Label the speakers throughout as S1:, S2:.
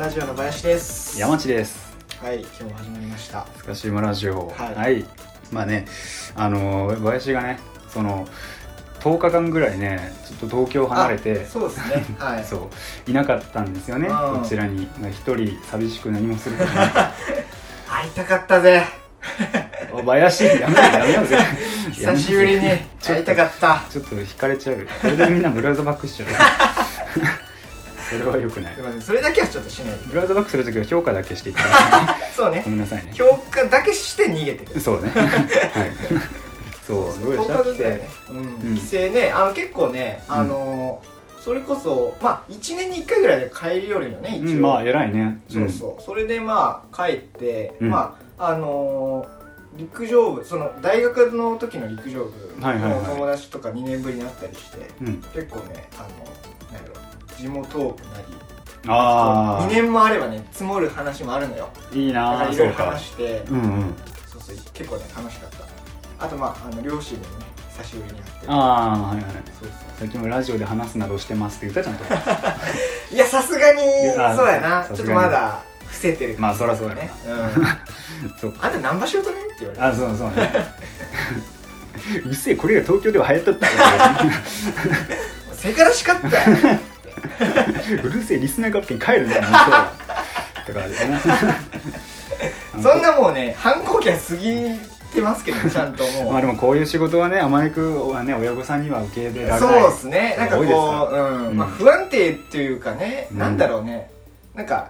S1: 林です
S2: 山地です
S1: はい今日も始まりました
S2: スカシウマラジオ
S1: はい
S2: まあねあのー林がねその10日間ぐらいねちょっと東京 離れて
S1: あそうです ねはい
S2: そういなかったんですよね
S1: うん
S2: こちらにまあ一人寂しく何もすることない
S1: 会 いたかったぜ
S2: お林やめようやめようぜ
S1: 久しぶりに
S2: やめようぜちょっ
S1: 会い
S2: と
S1: たかった
S2: ちょっと惹かれちゃうそれでみんなブラウザバックしちゃう それはよくない
S1: すいませんそれだけはちょっとしないで
S2: ブラウザバックするときは評価だけしていた だいて
S1: そうね
S2: ごめんなさいね
S1: 評価だけして逃げてる
S2: そうねはい そうどうでし
S1: 10
S2: た
S1: 日
S2: っ
S1: 分だよね
S2: て、
S1: うん、
S2: うん
S1: 帰省ねあの結構ね
S2: うん
S1: あのーそれこそまあ1年に1回ぐらいで帰り寄るよね
S2: う
S1: 一応、
S2: んまあ偉いね
S1: そうそう、それでまあ帰って、
S2: うん
S1: まああのー陸上部その大学の時の陸上部
S2: はいはいは
S1: の
S2: い
S1: 友達とか2年ぶりに会ったりして、
S2: うん、うん、
S1: 結構ねあのなんやろ地元トークなり
S2: あ
S1: 2年もあればね積もる話もあるのよ
S2: あいい
S1: だか
S2: な
S1: ら
S2: あ
S1: いろい
S2: そう
S1: ろ
S2: か
S1: 話して
S2: うんうん
S1: そうそう結構ね楽しかったあとまああの両親にね久しぶりに会って
S2: ああはいはい
S1: そうそう
S2: 最近もラジオで話すなどしてますって言ったじゃ んと
S1: いやさすがに
S2: や
S1: そうやな
S2: さすがに
S1: ちょっとまだ伏せてる
S2: まあそらそうやろな
S1: ね、うん、
S2: そう
S1: あんた何場所取れんって言われて
S2: あそうそうね うっせえこれが東京では流行っとったよ
S1: せからしかったよ
S2: うるせえリスナー学級に帰るんだよ本当はとかあれだな
S1: そんなもうね反抗期は過ぎてますけどね ちゃんともう、
S2: まあでもこういう仕事はね甘くはね親御さんには受け入れられな
S1: そ
S2: い
S1: うですねなんかこ
S2: 多いですか
S1: う、うん
S2: うん
S1: まあ、不安定っていうかね、
S2: うん
S1: なんだろうねなんか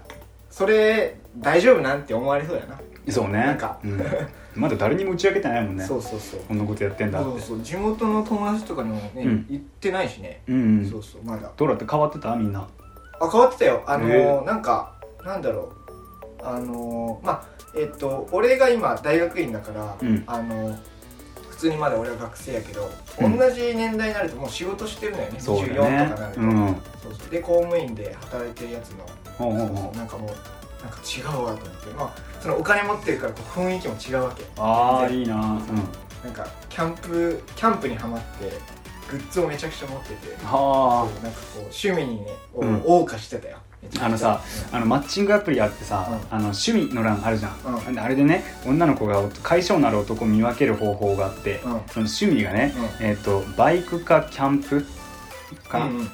S1: それ大丈夫なんて思われそうやな、
S2: そうね
S1: なんか
S2: うんまだ誰にも打ち明けてないもんね
S1: そうそうそう
S2: こんなことやってんだって
S1: そうそう地元の友達とかにもね、
S2: うん
S1: 言ってないしね、
S2: うんうん
S1: そうそうまだ
S2: どうだって変わってたみんな
S1: あ変わってたよあの
S2: へえ
S1: ーなんかなんだろうあのーまあえっと俺が今大学院だから、
S2: うん
S1: あのー普通にまだ俺は学生やけど、
S2: うん
S1: 同じ年代になるともう仕事してるのよね
S2: そう
S1: 24
S2: だね
S1: とかなると、
S2: うん
S1: そうそうで公務員で働いてるやつの
S2: ほうほう
S1: そうそ
S2: ほ
S1: う
S2: う
S1: なんかもうなんか違うわと思ってまあそのお金持ってるからこう雰囲気も違うわけ
S2: ああいいなうん
S1: なんかキャンプキャンプにはまってグッズをめちゃくちゃ持ってて
S2: は
S1: そうなんかこう趣味にねを
S2: うん
S1: 謳歌してたよ、めちゃくちゃ
S2: あのさあのマッチングアプリあってさ、
S1: う
S2: あの趣味の欄あるじゃん、
S1: う
S2: であれでね女の子が解消なる男を見分ける方法があっ
S1: う
S2: て、
S1: ん
S2: その趣味がね、
S1: う
S2: えっ、とバイクかキャンプかな、
S1: うんうん、はい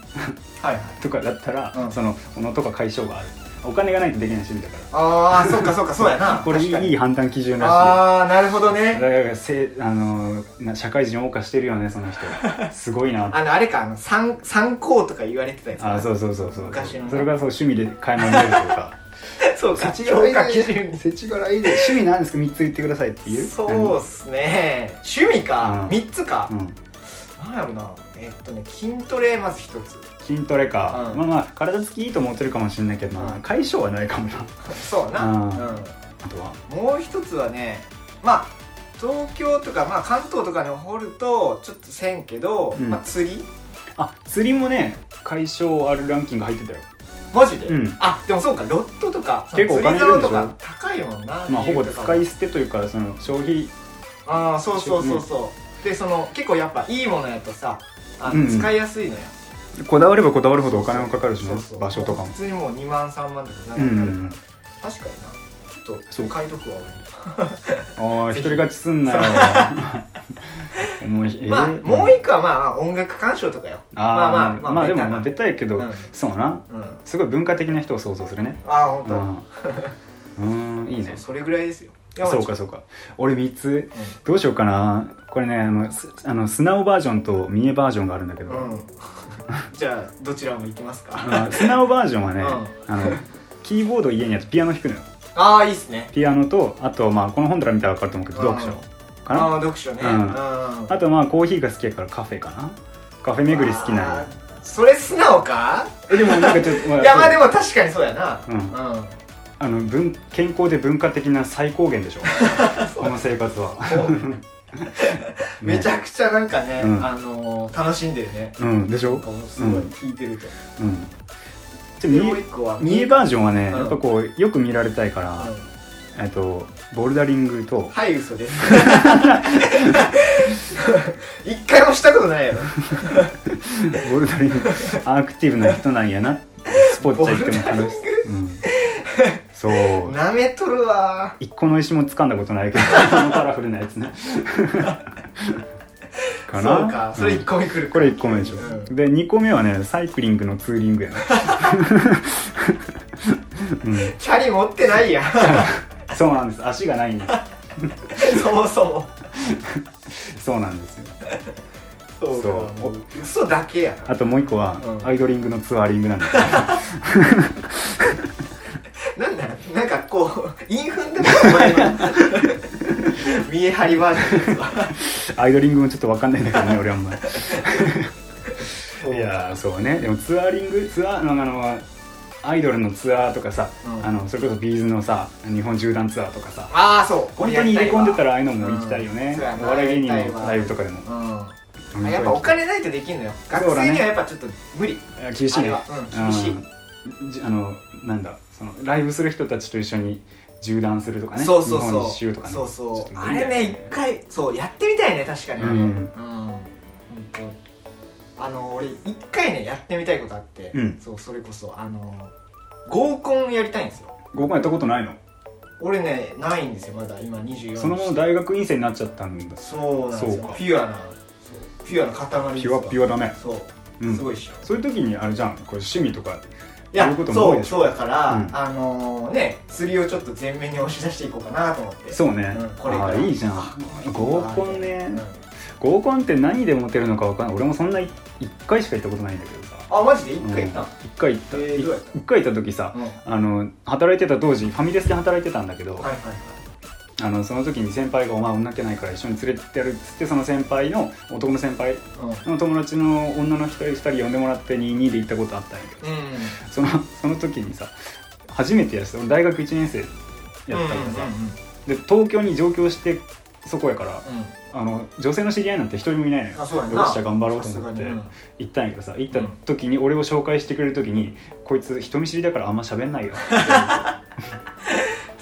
S1: はい
S2: とかだったら、
S1: うん
S2: その小野とか解消があるお金がないとできない趣味だから
S1: ああそっかそっかそうやな
S2: これい
S1: 確か
S2: い
S1: に
S2: いい判断基準らし
S1: ああなるほど
S2: いだ
S1: ね
S2: からせあのな社会人を謳歌してるよねそ の人すごいなって
S1: あのあれかあの参参考とか言われてたやつ
S2: あそうそうそうそう
S1: 昔の
S2: それがそう趣味で買い物に出ると か
S1: そうか
S2: 世知辛
S1: 評
S2: い
S1: 価基準
S2: 世知辛いで趣味なんですか3つ言ってくださいっていう
S1: そうっすね趣味
S2: う
S1: か
S2: ん
S1: 三つか
S2: うん
S1: なんやろなえっとね筋トレまず一つ
S2: 筋トレか、
S1: うん
S2: まあまあ体つきいいと思ってるかもしれないけどな、
S1: うん
S2: 解消はないかもな
S1: そうな
S2: うん
S1: う
S2: あとは
S1: んもう一つはねまあ東京とかまあ関東とかに掘るとちょっとせんけど
S2: うん
S1: まあ釣り
S2: あ釣りもね解消あるランキング入ってたよ
S1: マジで
S2: うん
S1: あでもそうかロットとか
S2: 結構お金い
S1: 釣
S2: る
S1: り
S2: でし
S1: 竿
S2: ょ
S1: とか高いもんな
S2: まあほぼ
S1: 理由とかも
S2: 使い捨てというかその消費
S1: ああそうそうそうそうでその結構やっぱいいものやとさあ
S2: う
S1: の
S2: んうん
S1: 使いやすいのよ、
S2: こだわればこだわるほどお金もかかるしね
S1: そうそう
S2: 場所とかも
S1: 普通にもう2万3万とかな
S2: うん
S1: るか
S2: うん
S1: ら、
S2: うん
S1: 確かになちょっ
S2: そ
S1: と
S2: う
S1: 買いとくわ
S2: ああ
S1: ぜ
S2: 一
S1: ひ
S2: 人勝ちすん なよもう
S1: 俺
S2: えー
S1: まあもう一個はまあまあ音楽鑑賞とかよ
S2: あー
S1: まあまあまあ
S2: まあでも
S1: ベタな
S2: まあベタやけど、
S1: うん
S2: そうな
S1: うんあ
S2: すごい文化的な人を想像するね
S1: あほん
S2: う
S1: と、
S2: んうーんいい
S1: そ
S2: ね
S1: うそれぐらいですよ山
S2: そう
S1: ちゃ
S2: か
S1: ん
S2: そうか俺3つどうしようかなこれねあのすあの素直バージョンと三重バージョンがあるんだけど、
S1: うん、うん、 じゃあどちらも行きますか、
S2: あの素直バージョンはね、
S1: うん
S2: あのキーボード家にあってピアノ弾くのよ
S1: ああいいっすね
S2: ピアノとあとまあこの本から見たら分かると思うけど
S1: うん
S2: 読書か
S1: あ
S2: な
S1: あ読書ね
S2: う
S1: うんん、
S2: あとまあコーヒーが好きやからカフェかなカフェ巡り好きな
S1: あ
S2: んよ
S1: ーそれ素直か
S2: えでもなんかちょっと、
S1: いやまあで
S2: も
S1: も確かにそうやな
S2: うん
S1: うん
S2: あの文健康で文化的な最高限で しょこの生活は、 ね
S1: めちゃくちゃなんかね、
S2: うん
S1: あのー楽しんでるね。
S2: うんでし
S1: な
S2: ょ
S1: んかもうすごい聞いてると。
S2: うんちょ
S1: でもう
S2: 三
S1: 一個は
S2: 重三重バージョンはね、
S1: うん
S2: やっぱこうよく見られたいから、
S1: うん
S2: えっとボルダリングと
S1: はい嘘です。一回もしたことないやろ。
S2: ボルダリングアクティブな人なんやなスポッチャ行っても楽しい、うん、そう
S1: なめとるわ
S2: 一個の石も掴んだことないけどこのカラフルなや つねかな
S1: そうかそれ
S2: うん
S1: 1個目くる
S2: これ1個目でしょ、
S1: う
S2: で2個目はねサイクリングのツーリ ングやな、うん
S1: チャリ持ってない やん
S2: そうなんです足がないんで
S1: そもそも
S2: すそうなんですよ
S1: そうか
S2: そう
S1: もう嘘だけや
S2: あともう1個は、
S1: うん
S2: アイドリングのツアーリングなんですよ
S1: なんだなんかこう 陰踏んでもお前の見え張りバージョンですわ
S2: アイドリングもちょっと分かんないんだけど ね俺はあんまり
S1: そう
S2: いやーそうねでもツアーリングツアーのあのアイドルのツアーとかさ、
S1: うん
S2: あのそれこそビーズのさ日本縦断ツアーとかさ
S1: ああそう
S2: 本当に入れ込んでたらああいうのも
S1: うん
S2: 行きたいよね、
S1: そうやな
S2: お笑い芸人
S1: やりたい
S2: の
S1: わ
S2: ライブとかでも
S1: う
S2: 本
S1: ん
S2: 当
S1: あ
S2: に
S1: やっぱお金ないとできんのよ学
S2: そうだね
S1: 生にはやっぱちょっと無理
S2: いや厳しい
S1: あ
S2: ね
S1: れはうん厳しい
S2: うんじあのなんだそのライブする人たちと一緒に縦断するとかね
S1: そうそう
S2: 日本一
S1: そ
S2: 周
S1: う
S2: とかね
S1: そう
S2: ちょっ
S1: そ
S2: と
S1: うあ
S2: 無
S1: れ
S2: 理だよ
S1: ね一回そうやってみたいね確かにあれう
S2: う
S1: んん本当あの俺一回ねやってみたいことあって
S2: うん
S1: そうそれこそあの合コンやりたいんですよ
S2: 合コンやったことないの
S1: 俺ねないんですよまだ今24
S2: そのまま大学院生になっちゃったんだ
S1: そうなんです
S2: そう
S1: よ
S2: か
S1: ピュアなそうピュアな塊で
S2: ピ
S1: す
S2: ュ
S1: わ
S2: アピュアだね
S1: そう
S2: うん
S1: すごいっしょ
S2: そういう時にあれじゃんこれ趣味とか
S1: い
S2: や
S1: や
S2: ることも多い
S1: そ
S2: で
S1: う
S2: し
S1: そうやから、
S2: うん
S1: あのね釣りをちょっと前面に押し出していこうかなと思って
S2: そうね、
S1: うんこれ
S2: あ
S1: から
S2: あいいじゃん合コンね合コンって何でモテるのかわかんない俺もそんな1回しか行ったことないんだけどさ
S1: あマジで一回行った
S2: う
S1: の
S2: ん、一回行った、
S1: えーどうやっ
S2: 一回行った時さ
S1: うん、はい
S2: あの働いてた当時ファミレスで働いてたんだけど、
S1: はいはい
S2: あのその時に先輩が「お前女けないから一緒に連れてってやる」っつってその先輩の男の先輩
S1: うん
S2: の友達の女の一人二人呼んでもらって22で行ったことあったんやけど
S1: うん
S2: そのその時にさ初めてやる俺大学1年生やったからさ、で東京に上京してそこやから
S1: うんうんうん
S2: あの女性の知り合いなんて一人もいないの
S1: あ
S2: よ
S1: そうやん
S2: よ
S1: な
S2: っしゃ頑張ろう
S1: さ
S2: と
S1: す
S2: 思
S1: が
S2: っ
S1: に
S2: て
S1: うん
S2: 行ったんやけどさ行った時に俺を紹介してくれる時に、こいつ人見知りだからあんま喋んないよって言われて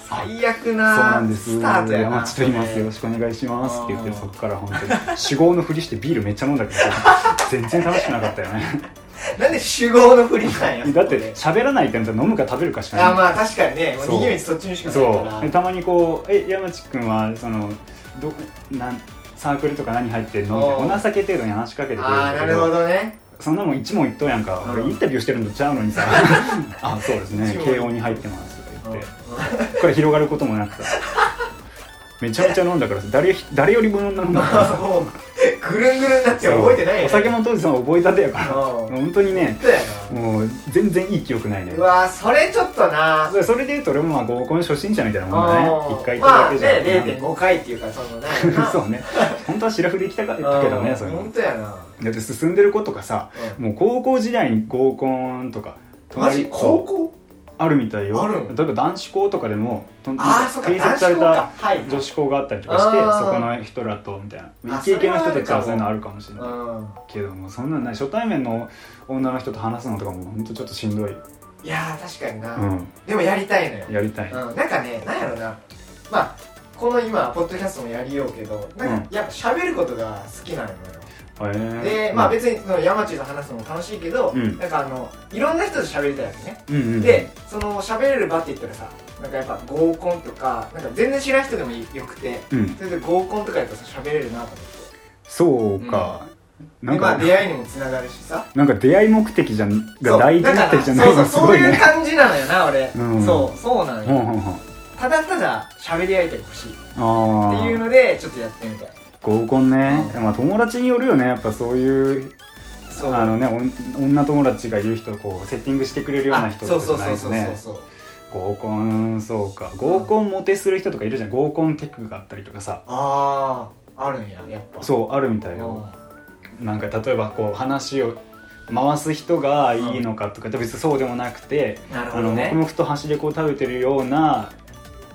S1: 最悪
S2: そ
S1: な
S2: うなんです
S1: スタートや
S2: 山
S1: な
S2: 地と言いますよろしくお願いしますって言ってそっから本当に酒豪のふりしてビールめっちゃ飲んだけ ど全然楽しくなかったよね
S1: なんで酒豪のふりなんや
S2: だって喋らないってなったら飲むか食べるかしかない
S1: あまあ確かにねもう
S2: そ
S1: 逃
S2: う
S1: げ道そっちにしかないか
S2: そ
S1: ら
S2: うでたまにこう「え山地君はそのどなんサークルとか何入ってんの?」みたいな
S1: おう
S2: お情け程度に話しかけてくれるん
S1: ああ
S2: だ
S1: な
S2: け
S1: るほどね
S2: そんなもん一問一答やんか、
S1: うん
S2: 俺インタビューしてるんとちゃうの にさ「あそうですね
S1: 一問一答
S2: 慶応に入ってます」
S1: う
S2: とか
S1: ん
S2: 言ってこれ広がることもなくさめちゃめちゃ飲んだからさ誰より誰よりも飲んだんだからさ
S1: もうぐるんぐるんなって覚えてないよ
S2: お酒も当時その覚えたてやから
S1: うん
S2: 本当にね
S1: そうやな
S2: もう全然いい記憶ないね
S1: うわーそれちょっとな
S2: それで言うと俺もまあ合コン初心者みたいなもんだね
S1: あ
S2: 1
S1: ー
S2: 回行った
S1: ま
S2: だ
S1: あ
S2: け
S1: ね
S2: じゃ
S1: 0.5回っていうかそのね
S2: そうね本当は白フで行きたかったけどねそういう
S1: 本
S2: の
S1: 当やな
S2: だって進んでる子とかさ
S1: うん
S2: もう高校時代に合コンとか
S1: マジ高校
S2: あるみたいよ
S1: ある
S2: 例えば男子校とかでもと
S1: ああそっか
S2: 併設され
S1: 男子校
S2: た
S1: かはい
S2: 女子校があったりとかして
S1: あー
S2: そこの人らとみたいな
S1: あ
S2: イケイケの人たちはそ
S1: そうれはあるかも
S2: いうのあるかもしれない
S1: うん
S2: けどもそんなんない初対面の女の人と話すのとかも本当ちょっとしんどい、
S1: いやー確かにな、
S2: う
S1: でもやりたいのよ
S2: ん、やりたい、
S1: うん、なんかね、なんやろな、まあ、この今、ポッドキャストもやりようけど、なんかやっぱ喋ることが好きなのよ。
S2: へえ
S1: で、まあ別にその山地と話すのも楽しいけど、
S2: うん
S1: なんかあの、いろんな人と喋りたいわけね。
S2: うんうん、
S1: で、その喋れる場って言ったらさ、なんかやっぱ合コンとか、なんか全然知らん人でもいいよくて、
S2: うん、
S1: それで合コンとかやったらさ、喋れるなと思って。
S2: そうか、な
S1: で、
S2: ん
S1: まあ
S2: か、
S1: 出会いにもつながるしさ。
S2: なんか出会い目的じゃんが第一目
S1: だから
S2: 的じゃな
S1: そう
S2: い
S1: そ
S2: の
S1: う、
S2: すご
S1: そう
S2: い
S1: いう
S2: ね
S1: 感じなのよな、俺。
S2: うん
S1: そう、そうなの
S2: ほん
S1: よ。
S2: ほんほん
S1: ただただ喋り合いたい欲しい。
S2: あ
S1: っていう
S2: ー
S1: ので、ちょっとやってみたい。
S2: 合コンね、
S1: う
S2: まあ友達によるよねやっぱそういう
S1: そう
S2: あのねおん女友達が言う人をこうセッティングしてくれるような人
S1: そう
S2: と
S1: そ
S2: か
S1: う
S2: じゃな
S1: そ
S2: いうと
S1: そうそ
S2: ね
S1: うそう
S2: 合コンそうか合コンモテする人とかいるじゃん合コンテクがあったりとかさ
S1: あああるんややっぱ
S2: そうあるみたいよ
S1: う
S2: なんか例えばこう話を回す人がいいのかとか、別にそうでもなくて、
S1: んなる
S2: あ
S1: ほ
S2: の
S1: どね
S2: 黙々と端でこう食べてるような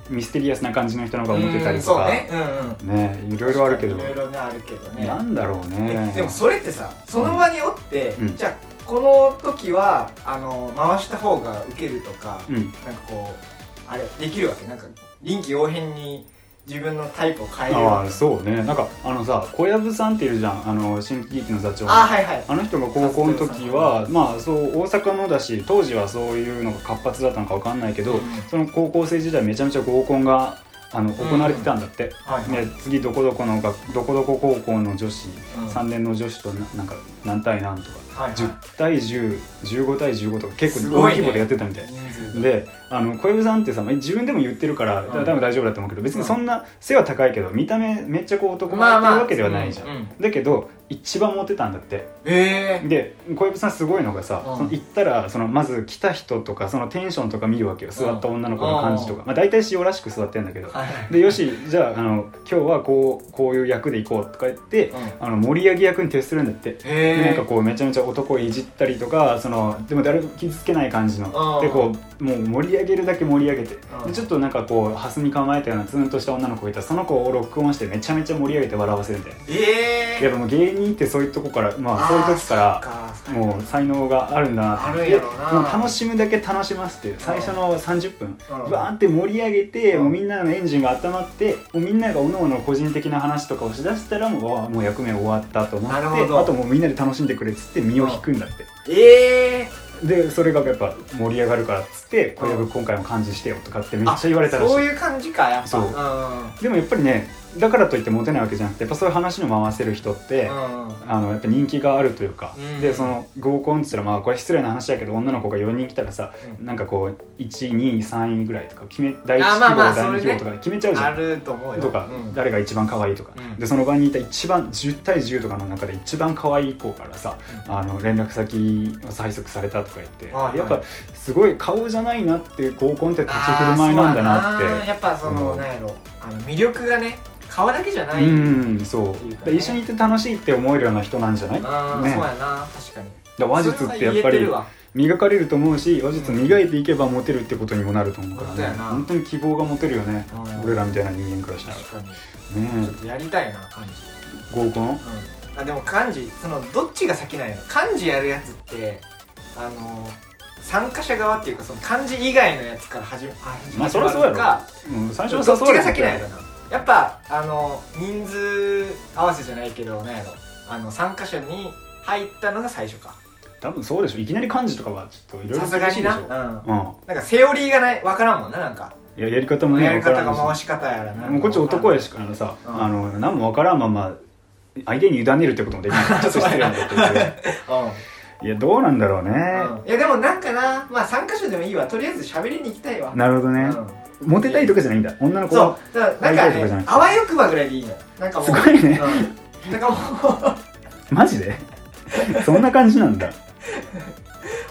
S2: ミステリアスな感じの人の方がモテたりとか
S1: うんそうねうんうん
S2: ねいろいろあるけど
S1: いろいろねあるけどね
S2: なんだろうね
S1: えでもそれってさその場におって、
S2: うん
S1: じゃあこの時はあの回した方がウケるとか、
S2: うん
S1: なんかこうあれできるわけなんか臨機応変に自分のタイプを変えるよう
S2: あ
S1: に
S2: あそうねなんかあのさ小籔さんっているじゃんあの新喜劇の座長
S1: ああはいはい
S2: あの人が高校の時はまあそう大阪のだし当時はそういうのが活発だったのかわかんないけど、
S1: うん
S2: その高校生時代めちゃめちゃ合コンがあの行われてたんだって、
S1: はいはい
S2: で次どこどこのがどこどこ高校の女子、
S1: うん
S2: 3年の女子とななんか何対何とか、
S1: はいはい
S2: 10対1015対15とか結
S1: す
S2: 構
S1: ご
S2: 大
S1: いね
S2: 規模でやってたみたい。
S1: 人数が
S2: であの小籔さんってさまあ自分でも言ってるから、
S1: ん
S2: 多分大丈夫だと思うけど別にそんな背は高いけど見た目めっちゃこう男前っていうわけではないじゃん、
S1: まあまあうん
S2: だけど一番モテたんだって
S1: ええ
S2: で小籔さんすごいのがさ、
S1: うん
S2: その行ったらそのまず来た人とかそのテンションとか見るわけよ座った女の子の感じとか、まあ、大体塩らしく座ってんだけど、
S1: はいはい
S2: でよしじゃああの今日はこうこういう役で行こうとか言って、
S1: うん
S2: あの盛り上げ役に徹するんだって、
S1: へえ
S2: なんかこうめちゃめちゃ男をいじったりとかそのでも誰も傷つけない感じの
S1: うん
S2: でこうもう盛り上げるだけ盛り上げて
S1: う
S2: で
S1: ん
S2: ちょっとなんかこうハスに構えたようなツンとした女の子がいたらその子を録音してめちゃめちゃ盛り上げて笑わせるみたいな
S1: ええ
S2: やっぱもう芸人ってそういうとこからまあそういう時か
S1: ら
S2: らもう才能があるんだなと思って
S1: あるんやろな
S2: もう楽しむだけ楽しますっていう最初の30分
S1: うん
S2: バーって盛り上げて
S1: うん
S2: もうみんなのエンジンが温まってもうみんながおのおの個人的な話とかをしだしたらもうあもう役目終わったと思って
S1: なるほど
S2: あともうみんなで楽しんでくれっつって身を引くんだって
S1: ええ
S2: でそれがやっぱ盛り上がるからっつって「小籔今回も感じしてよ」とかってめっちゃ言われたらし
S1: あそう
S2: い
S1: いう感じかやっぱ
S2: そうん
S1: うん
S2: でもやっぱりねだからといってモテないわけじゃなくてやっぱそういう話の回せる人って、
S1: うん
S2: あのやっぱ人気があるというか、
S1: うん
S2: でその合コンっつったらまあこれ失礼な話だけど女の子が4人来たらさ、
S1: うん
S2: なんかこう123位ぐらいとか決め第1
S1: あ
S2: 希望、
S1: まあまあ
S2: 第2
S1: そ
S2: 希
S1: れ
S2: 望
S1: ね
S2: とか決めちゃうじゃ
S1: あ
S2: ん。
S1: ると思うよ
S2: とか、
S1: うん
S2: 誰が一番可愛いとか、
S1: うん
S2: でその場にいた一番10対10とかの中で一番可愛い子からさ、
S1: う
S2: あの連絡先を催促されたとか言って、
S1: はいはい
S2: やっぱすごい顔じゃないなって合コンって立ち振る舞いなんだなって
S1: あーそうややっぱその、
S2: うん
S1: なんやろあの魅力がね顔だけじゃない、
S2: うんそう
S1: っていうかね
S2: で一緒にいて楽しいって思えるような人なんじゃない
S1: あー
S2: ね
S1: そうやな確かに
S2: だから話術ってやっ
S1: それは言
S2: ぱ
S1: えて
S2: り
S1: るわ
S2: 磨かれると思うし話術磨いていけばモテるってことにもなると思うから
S1: 本当や
S2: ね
S1: な
S2: 本当に希望が持てるよね
S1: うん
S2: 俺らみたいな人間からしたら
S1: 確かにちょっ
S2: ね
S1: とやりたいな漢字、
S2: え合コン
S1: うん、あでも漢字そのどっちが先なんやろ漢字やるやつってあの参加者側っていうかその漢字以外のやつから始め始
S2: まあ
S1: ま
S2: そりゃそうやろ
S1: るか
S2: うん最
S1: どっ
S2: 初
S1: ちが
S2: は誘われて
S1: 先なんやろなやっぱあの人数合わせじゃないけどなんやろあの参加者に入ったのが最初か
S2: 多分そうでしょいきなり漢字とかはちょっといろいろ
S1: さすが
S2: 難し
S1: に
S2: いでし
S1: な、
S2: ょ
S1: うん、
S2: う
S1: なんか
S2: ん
S1: セオリーがないわからんもんななんか
S2: いややり方もね
S1: やり方
S2: わ
S1: が
S2: からん
S1: 回
S2: し
S1: し方やらな
S2: もうこっち男や
S1: し
S2: しあのさ
S1: うん
S2: あの何もわからんまま相手に委ねるってこともでき ないちょっと失礼なこと言ってる
S1: うん
S2: いやどうなんだろうね
S1: うんいやでもなんかなまあ参加者でもいいわとりあえず喋りに行きたいわ
S2: なるほどね
S1: うん
S2: モテたいとかじゃないんだ女の子
S1: そう
S2: は
S1: だからなん
S2: や
S1: か
S2: りたいとかじゃな
S1: ね
S2: い
S1: あわよくばぐらいでいいのなんかもう
S2: すごいね
S1: うんなんかもう
S2: マジで そんな感じなんだ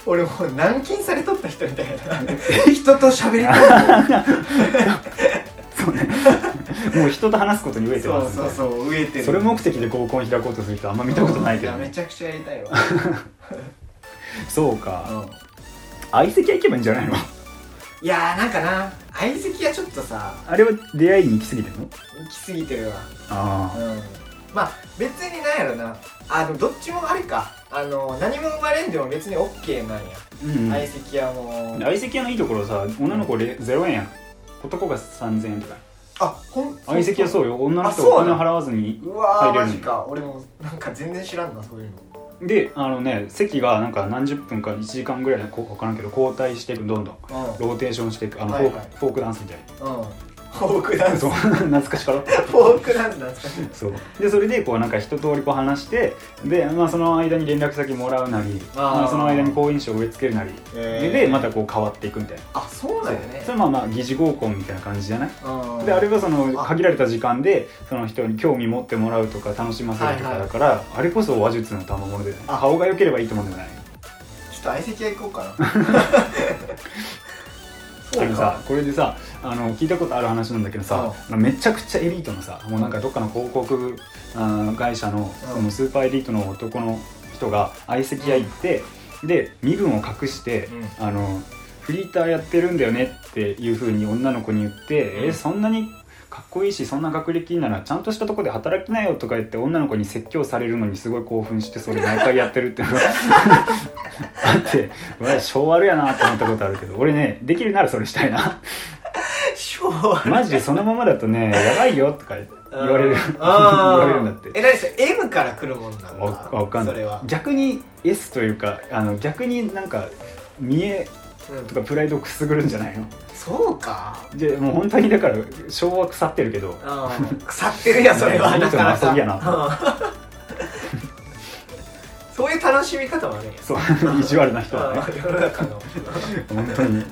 S1: 俺もう軟禁されとった人みたい な人と喋りたい
S2: そうね。もう人と話すことに飢えて
S1: そ
S2: ま
S1: う
S2: す、ね。
S1: そうそう飢えてる
S2: それ目的で合コン開こうとする人あんま見たことないけど
S1: やめ
S2: ね。
S1: ちゃくちゃやりたいわ
S2: そうか。相席は行けばいいんじゃないの？
S1: いやーなんかな相席はちょっとさ
S2: あれは出会いに行き過ぎてるの？
S1: 行き過ぎてるわ
S2: あ
S1: うんまあ別になんやろなあのどっちもあれかあの何も生まれんでも別に OK なんや
S2: あ。うん。
S1: 相席はもう
S2: 相席屋のいいところさ、女の子れゼロ円やん。男が3000円とか。
S1: あほん
S2: 相席はそう
S1: う
S2: よ。女の人
S1: あそう
S2: お
S1: な
S2: 金
S1: の
S2: 払わずに。
S1: うわ
S2: 入れ
S1: ー
S2: る
S1: マジか俺もなんか全然知らんなそういうの
S2: で、あのね、席がなんか何十分か1時間ぐらいでこうわからんけど交代していくどんどん。
S1: う
S2: ローテーションしていくあの、
S1: はいはい
S2: フォークフォークダンスみたいな。
S1: んうんフォークダンス
S2: そう 懐かしから。
S1: フォークダンス懐かしい
S2: そうでそれでこうなんか一通りこう話してで、まあ、その間に連絡先もらうなり
S1: あー
S2: まあ、その間に好印象を植え付けるなり、
S1: へー
S2: でまたこう変わっていくみたいな、
S1: あそうなんやね
S2: それまあまあ疑似合コンみたいな感じじゃない、
S1: うん
S2: であれはその
S1: あ
S2: 限られた時間でその人に興味持ってもらうとか楽しませ
S1: は
S2: るとか
S1: いは
S2: だ
S1: い
S2: から、あれこそ話術の賜物で、ね、
S1: あ
S2: 顔が良ければいいと思うんでもない
S1: ちょっと相席屋行こうか な
S2: あのさこれでさあの聞いたことある話なんだけどさ、あのめちゃくちゃエリートのさもうなんかどっかの広告あー会社の
S1: うん
S2: そのスーパーエリートの男の人が相席屋行って、で身分を隠して、あのフリーターやってるんだよねっていうふうに女の子に言って、
S1: うん
S2: えそんなにかっこいいしそんな学歴ならちゃんとしたとこで働きなよとか言って女の子に説教されるのにすごい興奮してそれ毎回やってるってい うのがあってうわ性悪やなって思ったことあるけど俺ねできるならそれしたいな
S1: 昭和終わる
S2: マジでそのままだとねやばいよとか言われる 言
S1: あー
S2: われるんだって
S1: え何それ M から来るもんなんだ
S2: わわかんな、
S1: それはい
S2: 逆に S というかあの逆になんか見栄
S1: うん
S2: とかプライドをくすぐるんじゃないの
S1: そうか
S2: でもう本当にだから昭和腐ってるけど
S1: うん 腐ってるやんそれは
S2: ね
S1: なかなか
S2: いい人の遊び
S1: うん そういう楽しみ方もあるんや
S2: そう意地悪な人はね
S1: うん世の中 の
S2: 本当に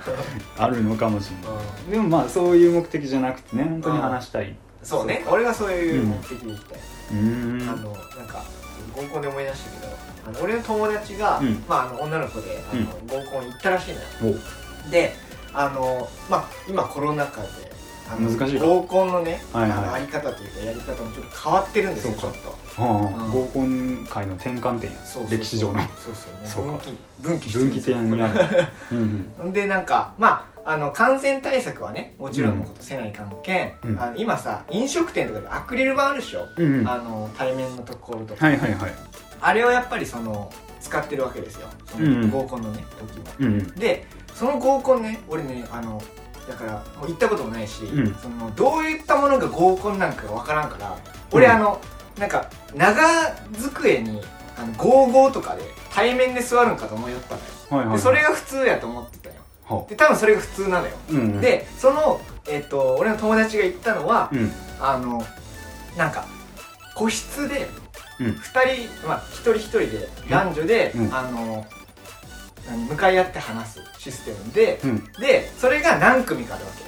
S2: あるのかもしれないでもまあそういう目的じゃなくてね本当に話したい
S1: そうね俺がそういう目的に行きたい、
S2: うーん
S1: あのなんか合コンで思い出したけどあの俺の友達が、
S2: うん
S1: まあ、あの女の子であの、
S2: うん
S1: 合コン行ったらしいのよ
S2: お
S1: であの、まあ、今コロナ禍であの
S2: 難しいか
S1: 合コンのね、
S2: はいはい
S1: あのあり方というかやり方もちょっと変わってるんですよち
S2: そ
S1: ょ
S2: う
S1: っ
S2: か
S1: と
S2: は
S1: うん
S2: あ合コン界の転換点や
S1: そうそうそう
S2: 歴史上の
S1: そうそうね
S2: そうか
S1: 分岐分岐してる
S2: 分岐点になる うん
S1: でなんかまああの感染対策はねもちろんのことせない関係、
S2: うん
S1: あの今さ飲食店とかでアクリル板あるでしょ、
S2: うんうんは
S1: あの対面のところとか、
S2: いはいはい
S1: あれをやっぱりその使ってるわけですよそ
S2: うんう
S1: の
S2: ん
S1: 合コンのね時は
S2: うんうん
S1: でその合コンね俺ねあのだからもう行ったこともないし、
S2: うん
S1: そのどういったものが合コンなんかわからんから俺、
S2: うん
S1: あのなんか長机にあのゴーゴーとかで対面で座るんかと思いよったのよ
S2: はいは
S1: で
S2: い
S1: それが普通やと思ってたよ
S2: は
S1: で多分それが普通なのよ、
S2: あうんうん
S1: でその、えっと俺の友達が言ったのは、
S2: うん
S1: あのなんか個室で
S2: うん
S1: 2人、まあ、一人一人で男女で、
S2: うん
S1: あの何向かい合って話すシステムで、
S2: うん
S1: でそれが何組かあるわけ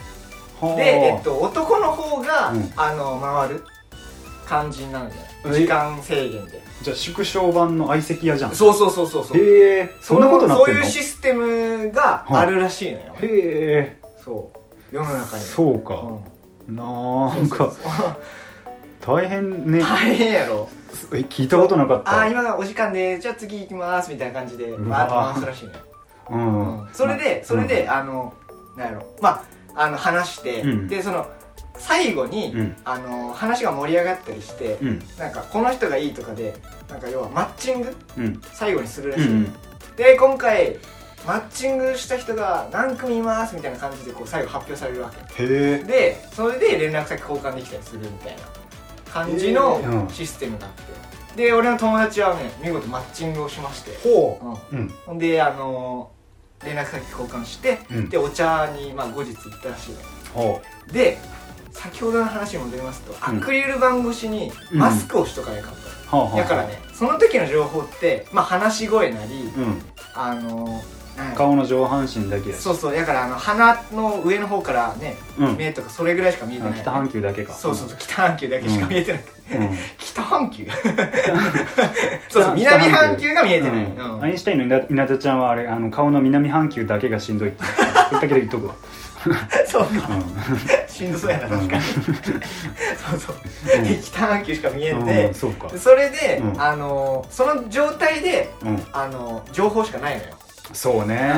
S2: はあ
S1: で、えっと、男の方が、
S2: うん
S1: あの回る感じになるんじゃない
S2: え
S1: 時間制限で
S2: じゃあ縮小版の相席屋じゃん
S1: そうそうそうそうそう
S2: へえそんなことなって
S1: そう
S2: る
S1: い
S2: の
S1: うシステムがあるらしいのよ、
S2: へ
S1: そう世の
S2: え
S1: 中に
S2: そうか
S1: う
S2: なんんか大変ね
S1: 大変やろ
S2: え聞いたことなかっ
S1: ああ
S2: た
S1: 今がお時間でじゃあ次行きますみたいな感じで
S2: う
S1: バー
S2: わ
S1: ッと回すらしいね、
S2: う
S1: うんんそれで
S2: ま
S1: それで、あのなんやろまああの話して、
S2: うん
S1: でその最後に、
S2: うん
S1: あの話が盛り上がったりして、
S2: うん
S1: なんかこの人がいいとかでなんか要はマッチング
S2: うん
S1: 最後にするら
S2: う
S1: しい、
S2: ん
S1: で今回マッチングした人が何組いますみたいな感じでこう最後発表されるわけ
S2: へえ
S1: でそれで連絡先交換できたりするみたいな感じの
S2: えーうん
S1: システムがあって、で俺の友達はね見事マッチングをしまして、
S2: ほ
S1: うん、
S2: うん
S1: ほんであのー連絡先交換して、
S2: うん
S1: でお茶に、まあ、後日行ったらしいの
S2: ほ
S1: で先ほどの話に戻りますと、
S2: うん
S1: アクリル板越しにマスクをしとかなかっ
S2: うはあ
S1: た、
S2: はあ
S1: だからねその時の情報って、まあ、話し声なり、
S2: うん
S1: あのーなんやろ
S2: 顔の上半身だけやし
S1: そうそうだからあの鼻の上の方からね、
S2: うん
S1: 目とかそれぐらいしか見えて
S2: あ
S1: ない
S2: 北半球だけか
S1: そうそうそう北半球だけしか見えてなくて、
S2: うん
S1: 北半 球 そうそう南半球が見えてない、
S2: うん
S1: うん
S2: アインシュタインの稲田稲田ちゃんはあれあの顔の南半球だけがしんど いってそれだけで言っとくわ
S1: そうか
S2: うん
S1: しんどそうやな確かに、そうそう、
S2: うん
S1: で北半球しか見え
S2: うん
S1: て、
S2: そうか
S1: でそれで、
S2: うん
S1: あのその状態で
S2: うん
S1: あの情報しかないのよ、
S2: そうね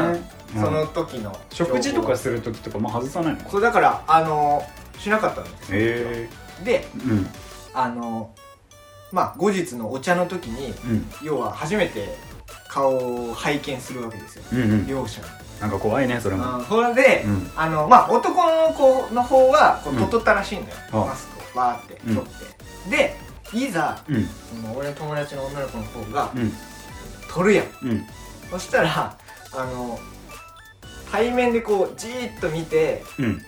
S2: うん
S1: その時の
S2: 食事とか
S1: 情
S2: する時とかも外さないの
S1: 報そうだからあのしなかったんですよ
S2: へ
S1: で
S2: えうん
S1: あのまあ後日のお茶の時に
S2: うん
S1: 要は初めて顔を拝見するわけですよ
S2: うんうん
S1: 両者
S2: なんか怖いねそれも
S1: うんそれで、
S2: うん
S1: あのまあ男の子の方はこう
S2: うん
S1: 取っとったらしいんだよ、
S2: あ
S1: マスクをバーって取って、でいざ
S2: うん
S1: その俺の友達の女の子の方が
S2: うん
S1: 取るやん
S2: うん
S1: そしたらあの対面でこうじーっと見て
S2: うん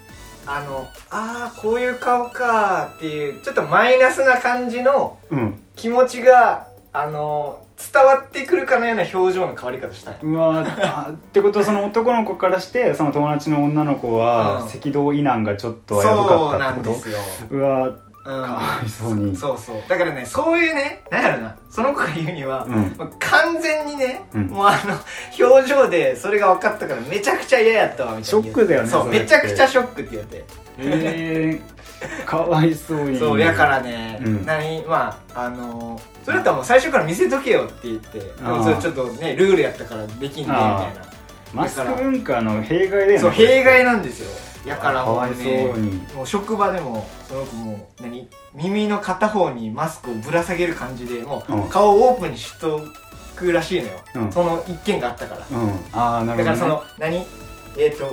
S1: あのあーこういう顔かーっていうちょっとマイナスな感じの
S2: うん
S1: 気持ちがあの伝わってくるかのような表情の変わり方したい、
S2: うわーあってことはその男の子からしてその友達の女の子は
S1: うん
S2: 赤道以南がちょっと危ぶ
S1: そ
S2: か
S1: う
S2: った
S1: な
S2: って
S1: ん
S2: こと
S1: ですよ、
S2: うわー
S1: うん、
S2: かわいそうに
S1: そうそうだからねそういうねなんやろなその子が言うには、
S2: うん
S1: まあ完全にね、
S2: うん
S1: もうあの表情でそれが分かったからめちゃくちゃ嫌やったわみたいな
S2: ショックだよね
S1: そう
S2: それっ
S1: め
S2: て
S1: ちゃくちゃショックって言って、
S2: えー、かわいそうに
S1: そうやからね、
S2: うん
S1: 何まああのーそれだったらもう最初から見せとけよって言ってでもそれちょっとねルールやったからできんでみたい
S2: あ
S1: な
S2: マスク文化の弊害だよね
S1: そう弊害なんですよやから
S2: か
S1: も
S2: わ
S1: う
S2: い
S1: ね
S2: そうに
S1: もう職場でもその子もう何耳の片方にマスクをぶら下げる感じでもう、
S2: うん
S1: 顔をオープンにしとくらしいのよ、
S2: うん
S1: その一件があったから、
S2: うんああな
S1: だ
S2: る
S1: か
S2: ほど、
S1: らその
S2: ね、
S1: 何えっ、と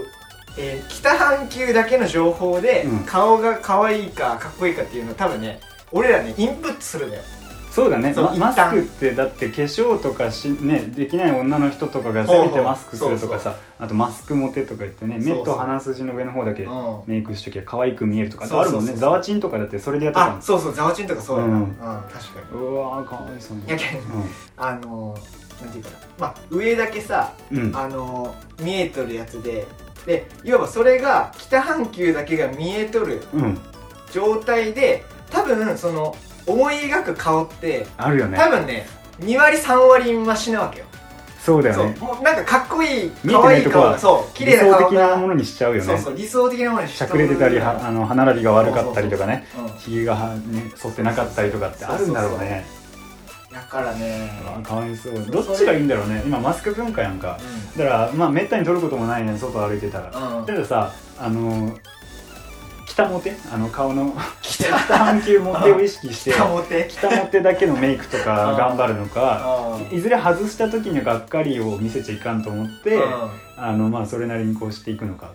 S1: えー北半球だけの情報で
S2: うん
S1: 顔が可愛いかかっこいいかっていうのは多分ね俺らねインプットするんだよ
S2: そうだね
S1: そう
S2: ま
S1: 一
S2: マ
S1: 旦
S2: スクってだって化粧とかし、ね、できない女の人とかがせめてマスクするとかさあとマスクモテとか言ってね
S1: そうそう
S2: 目と鼻筋の上の方だけ
S1: うん
S2: メイクしときゃ可愛く見えるとか
S1: そう
S2: あ
S1: そ
S2: る
S1: うそう
S2: もんねざわちんとかだってそれでやってたも
S1: あ
S2: ん
S1: そうそうざわちんとかそうだな
S2: う
S1: うんん、確かに
S2: うわーかわいそうに
S1: いやけんあのー、なんていうかなまあ上だけさ
S2: うん、うん、
S1: あのー、見えとるやつででいわばそれが北半球だけが見えとる
S2: うん、
S1: 状態で多分その思い描く顔って
S2: あるよね
S1: 多分ね2割3割増しなわけよ
S2: そうだ
S1: そ
S2: よ
S1: う
S2: ね
S1: もうなんかかっこいい
S2: 見えてない
S1: 可愛い
S2: とこ
S1: 顔
S2: は
S1: がそう綺
S2: 理
S1: 麗な
S2: 想
S1: 顔
S2: 的なも
S1: が
S2: のにしちゃうよ
S1: そう
S2: ね
S1: そう理想的なものにし
S2: しゃくれてたりはあの歯並びが悪かったりとかね
S1: うん
S2: ひげがはね剃ってなかったりとかってあるんだろうね
S1: だからね
S2: うわーかわいそうどっちがいいんだろうね今マスク文化やんか
S1: う
S2: だからまあめったに撮ることもないね外歩いてたら
S1: んうん
S2: たださあの北モテあの顔の
S1: 北
S2: 北半球モテを意識して
S1: 北モ テ
S2: 北モテだけのメイクとか
S1: うん
S2: 頑張るのか
S1: うん
S2: いずれ外した時にがっかりを見せちゃいかんと思って
S1: うん
S2: あのまあそれなりにこうしていくのか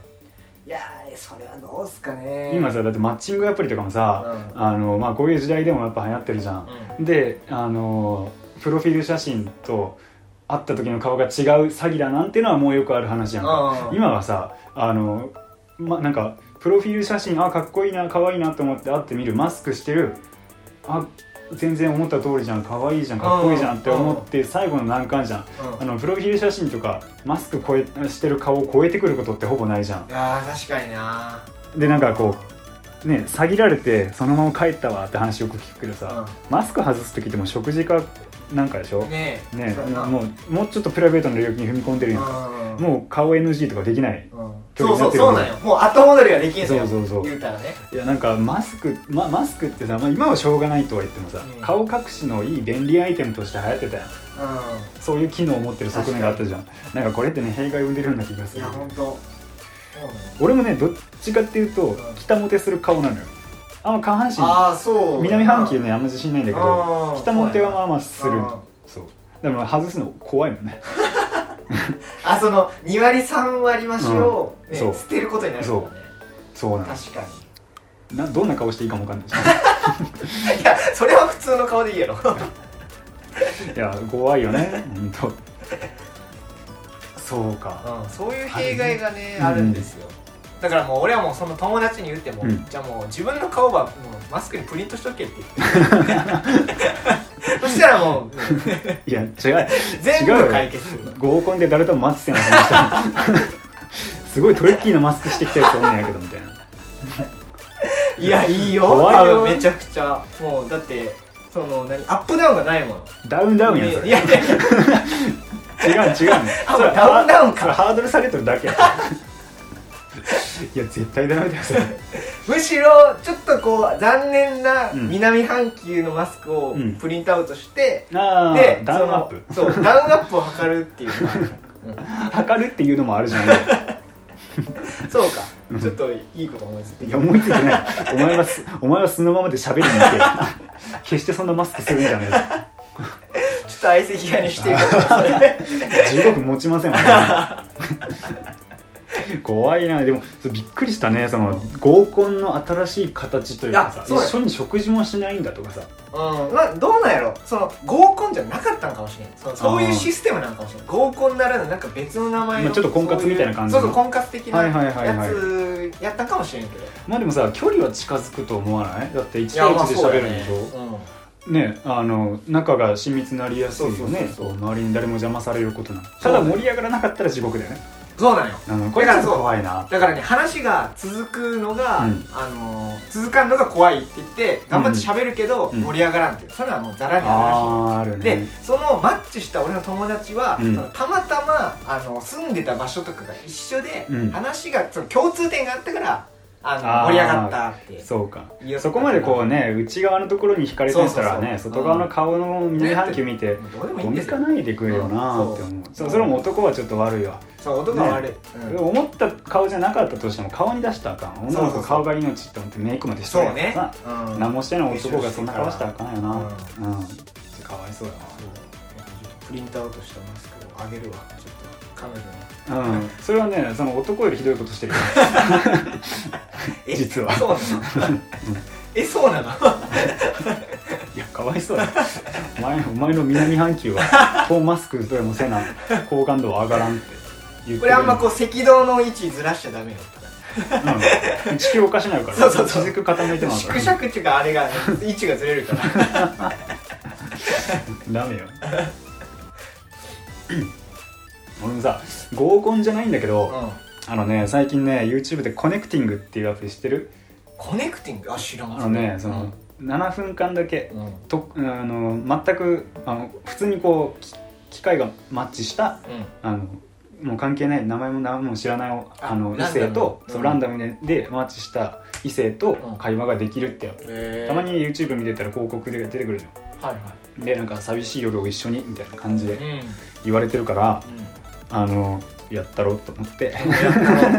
S1: いやーそれはどうっすかね
S2: 今さだってマッチングアプリとかもさ
S1: う
S2: あのまあこういう時代でもやっぱ流行ってるじゃん
S1: ん
S2: であのプロフィール写真と会った時の顔が違う詐欺だなんてのはもうよくある話やんか
S1: うん
S2: 今はさあのまなんかプロフィール写真あかっこいいな可愛いなと思って会ってみるマスクしてるあ全然思った通りじゃん可愛いじゃんかっこいいじゃんって思って最後の難関じゃん
S1: うん
S2: あのプロフィール写真とかマスク超えしてる顔を超えてくることってほぼないじゃん
S1: いやー確かにな
S2: でなんかこうね詐欺られてそのまま帰ったわって話よく聞くけどさ、マスク外す時ってもう食事かなんかでしょ
S1: うんねえ
S2: ね
S1: そうやな
S2: もうもうちょっとプライベートの領域に踏み込んでるやん
S1: うん
S2: もう顔 NG とかできない
S1: うん
S2: 距
S1: そ
S2: 離
S1: うそ
S2: になっ
S1: う
S2: てる
S1: そうなんよもう後戻りができんすよ
S2: そうそうそう
S1: 言うたらね
S2: いやなんかマスク、ま、マスクってさ、まあ、今はしょうがないとは言ってもさ、
S1: うん
S2: 顔隠しのいい便利アイテムとして流行ってたやん
S1: う
S2: そういう機能を持ってる側面があったじゃんなんかこれってね弊害を生んでるような気が
S1: ん
S2: す
S1: い
S2: る
S1: やほんとそうなんよ
S2: 俺もねどっちかっていうと
S1: ん
S2: 北モテする顔なのよあんま下半身
S1: ああそう
S2: 南半球ねあんま自信ないんだけど
S1: うん
S2: 北モテはまあまあする
S1: うん
S2: そうでも外すの怖いもんね
S1: あその2割3割増しを、
S2: うん
S1: ね
S2: そう
S1: 捨てることになるからね
S2: そうなの
S1: 確かに
S2: などんな顔していいかもわかん ないし
S1: いやそれは普通の顔でいいやろ
S2: いや怖いよねほん とそうか
S1: うんそういう弊害がね、
S2: うん
S1: あるんですよだからもう俺はもうその友達に言っても、
S2: うん
S1: じゃあもう自分の顔はもうマスクにプリントしとけって言って そしたらもう
S2: いや違う
S1: 全
S2: 違うよ
S1: 部解決する
S2: 合コンで誰ともマ スクせな話したすごいトリッキーなマスクしてきたやつおんねんやけどみたいない
S1: やいいよ
S2: 怖いよ
S1: 多分めちゃくちゃもうだってその何アップダウンがないもん
S2: ダウンダウンやんそ
S1: い
S2: れ違う
S1: やいやいや
S2: 違うね
S1: あダウンダウンか
S2: それハードル下げとるだけやいや絶対ダメだよそれ
S1: むしろちょっとこう残念な
S2: うん
S1: 南半球のマスクを
S2: うん
S1: プリントアウトして、
S2: あ
S1: で
S2: あダウンアップ
S1: そのそうダウンアップを測るっていう
S2: 測るっていうのもあるじゃない
S1: そうかちょっといいこと思いついて
S2: いや思いついてないお前はすお前は素のままで喋るんだけ 決してそんなマスクするんじゃない
S1: ちょっと相席屋にしていこう かな
S2: 15分持ちませ んわ怖いなでもそうびっくりしたねその合コンの新しい形というかさ
S1: あそうだ
S2: 一緒に食事もしないんだとかさ
S1: うんまあどうなんやろその合コンじゃなかったんかもしれんそのそうい
S2: あー
S1: うシステムなんかもしれん合コンならぬなんか別の名前
S2: まあ
S1: の
S2: ちょっと婚活みたいな感じ
S1: そ
S2: の
S1: ういうそうそう婚活的な
S2: はいはいはいはい
S1: やつやったかもしれんけど
S2: まあでもさ距離は近づくと思わないだって1
S1: いや
S2: 対
S1: まあ
S2: 1で
S1: そう
S2: 喋
S1: や
S2: るん
S1: ね
S2: でしょねあの仲が親密になりやすいよね
S1: そうそうそう
S2: そう周りに誰も邪魔されることなく
S1: そ
S2: た
S1: うだ
S2: だ
S1: ね
S2: 盛り上がらなかったら地獄だよね
S1: そうなんよ
S2: うんこれ
S1: だ
S2: が
S1: からそう
S2: 怖いな
S1: だからね話が続くのが、
S2: うん
S1: あのー続かんのが怖いって言って頑張って喋るけど、
S2: うん
S1: 盛り上がらんっていうそれはもうザラにある
S2: あーある
S1: らしい
S2: ね
S1: でそのマッチした俺の友達は、
S2: うん
S1: そのたまたまあの住んでた場所とかが一緒で、
S2: うん
S1: 話がその共通点があったからあの
S2: あー
S1: 盛り上がったって
S2: そうか
S1: 言った
S2: そこまでこうね内側のところに惹かれてたらね
S1: そうそうそう
S2: 外側の顔の南半球見て
S1: もうどうでもいい
S2: ゴ
S1: ん
S2: ミ
S1: です
S2: か
S1: よ
S2: ないでくれよなーって思う
S1: うん
S2: そ
S1: そうう
S2: それも男はちょっと悪いわ、
S1: そう音が悪い、うん
S2: 思った顔じゃなかったとしても顔に出したらあかん女の
S1: そうそ
S2: 子
S1: うそう
S2: 顔が命って思ってメイクまでして
S1: そ
S2: る
S1: うね
S2: さ、
S1: うん
S2: 何もしてない男がそんな顔したらあかんよな
S1: うん
S2: うん、かわいそうだな
S1: プリントアウトしたマスクをあげるわちょっと彼女の
S2: うん、それはねその男よりひどいことして るよ
S1: え
S2: 実は
S1: そうなの えそうなの
S2: いやかわいそうだよお前お前の南半球はこうマスクどれもせな好感度は上がらんって言って
S1: これあんまこう赤道の位置ずらしちゃダメよ
S2: うん、地球おかしなるか ら
S1: そうそうそう
S2: 地軸傾いてますか
S1: 縮
S2: ら
S1: 尺っていうかあれが位置がずれるから
S2: ダメよ 俺もさ合コンじゃないんだけど、
S1: うん
S2: あのね最近ね YouTube でコネクティングっていうアプリ知ってる
S1: コネクティングあ知らん
S2: あのねその、7分間だけ
S1: うんうん
S2: とあの全くあの普通にこうき機械がマッチしたあのもう関係ない名前も何も知らないあの異
S1: ランダム
S2: 性と
S1: うん
S2: そうランダムででマッチした異性と
S1: うん
S2: 会話ができるってやつ、
S1: へー
S2: たまに YouTube 見てたら広告で出てくるじゃ
S1: はい
S2: んでなんか寂しい夜を一緒にみたいな感じ
S1: はい
S2: で
S1: うん
S2: 言われてるからあのやったろうと思って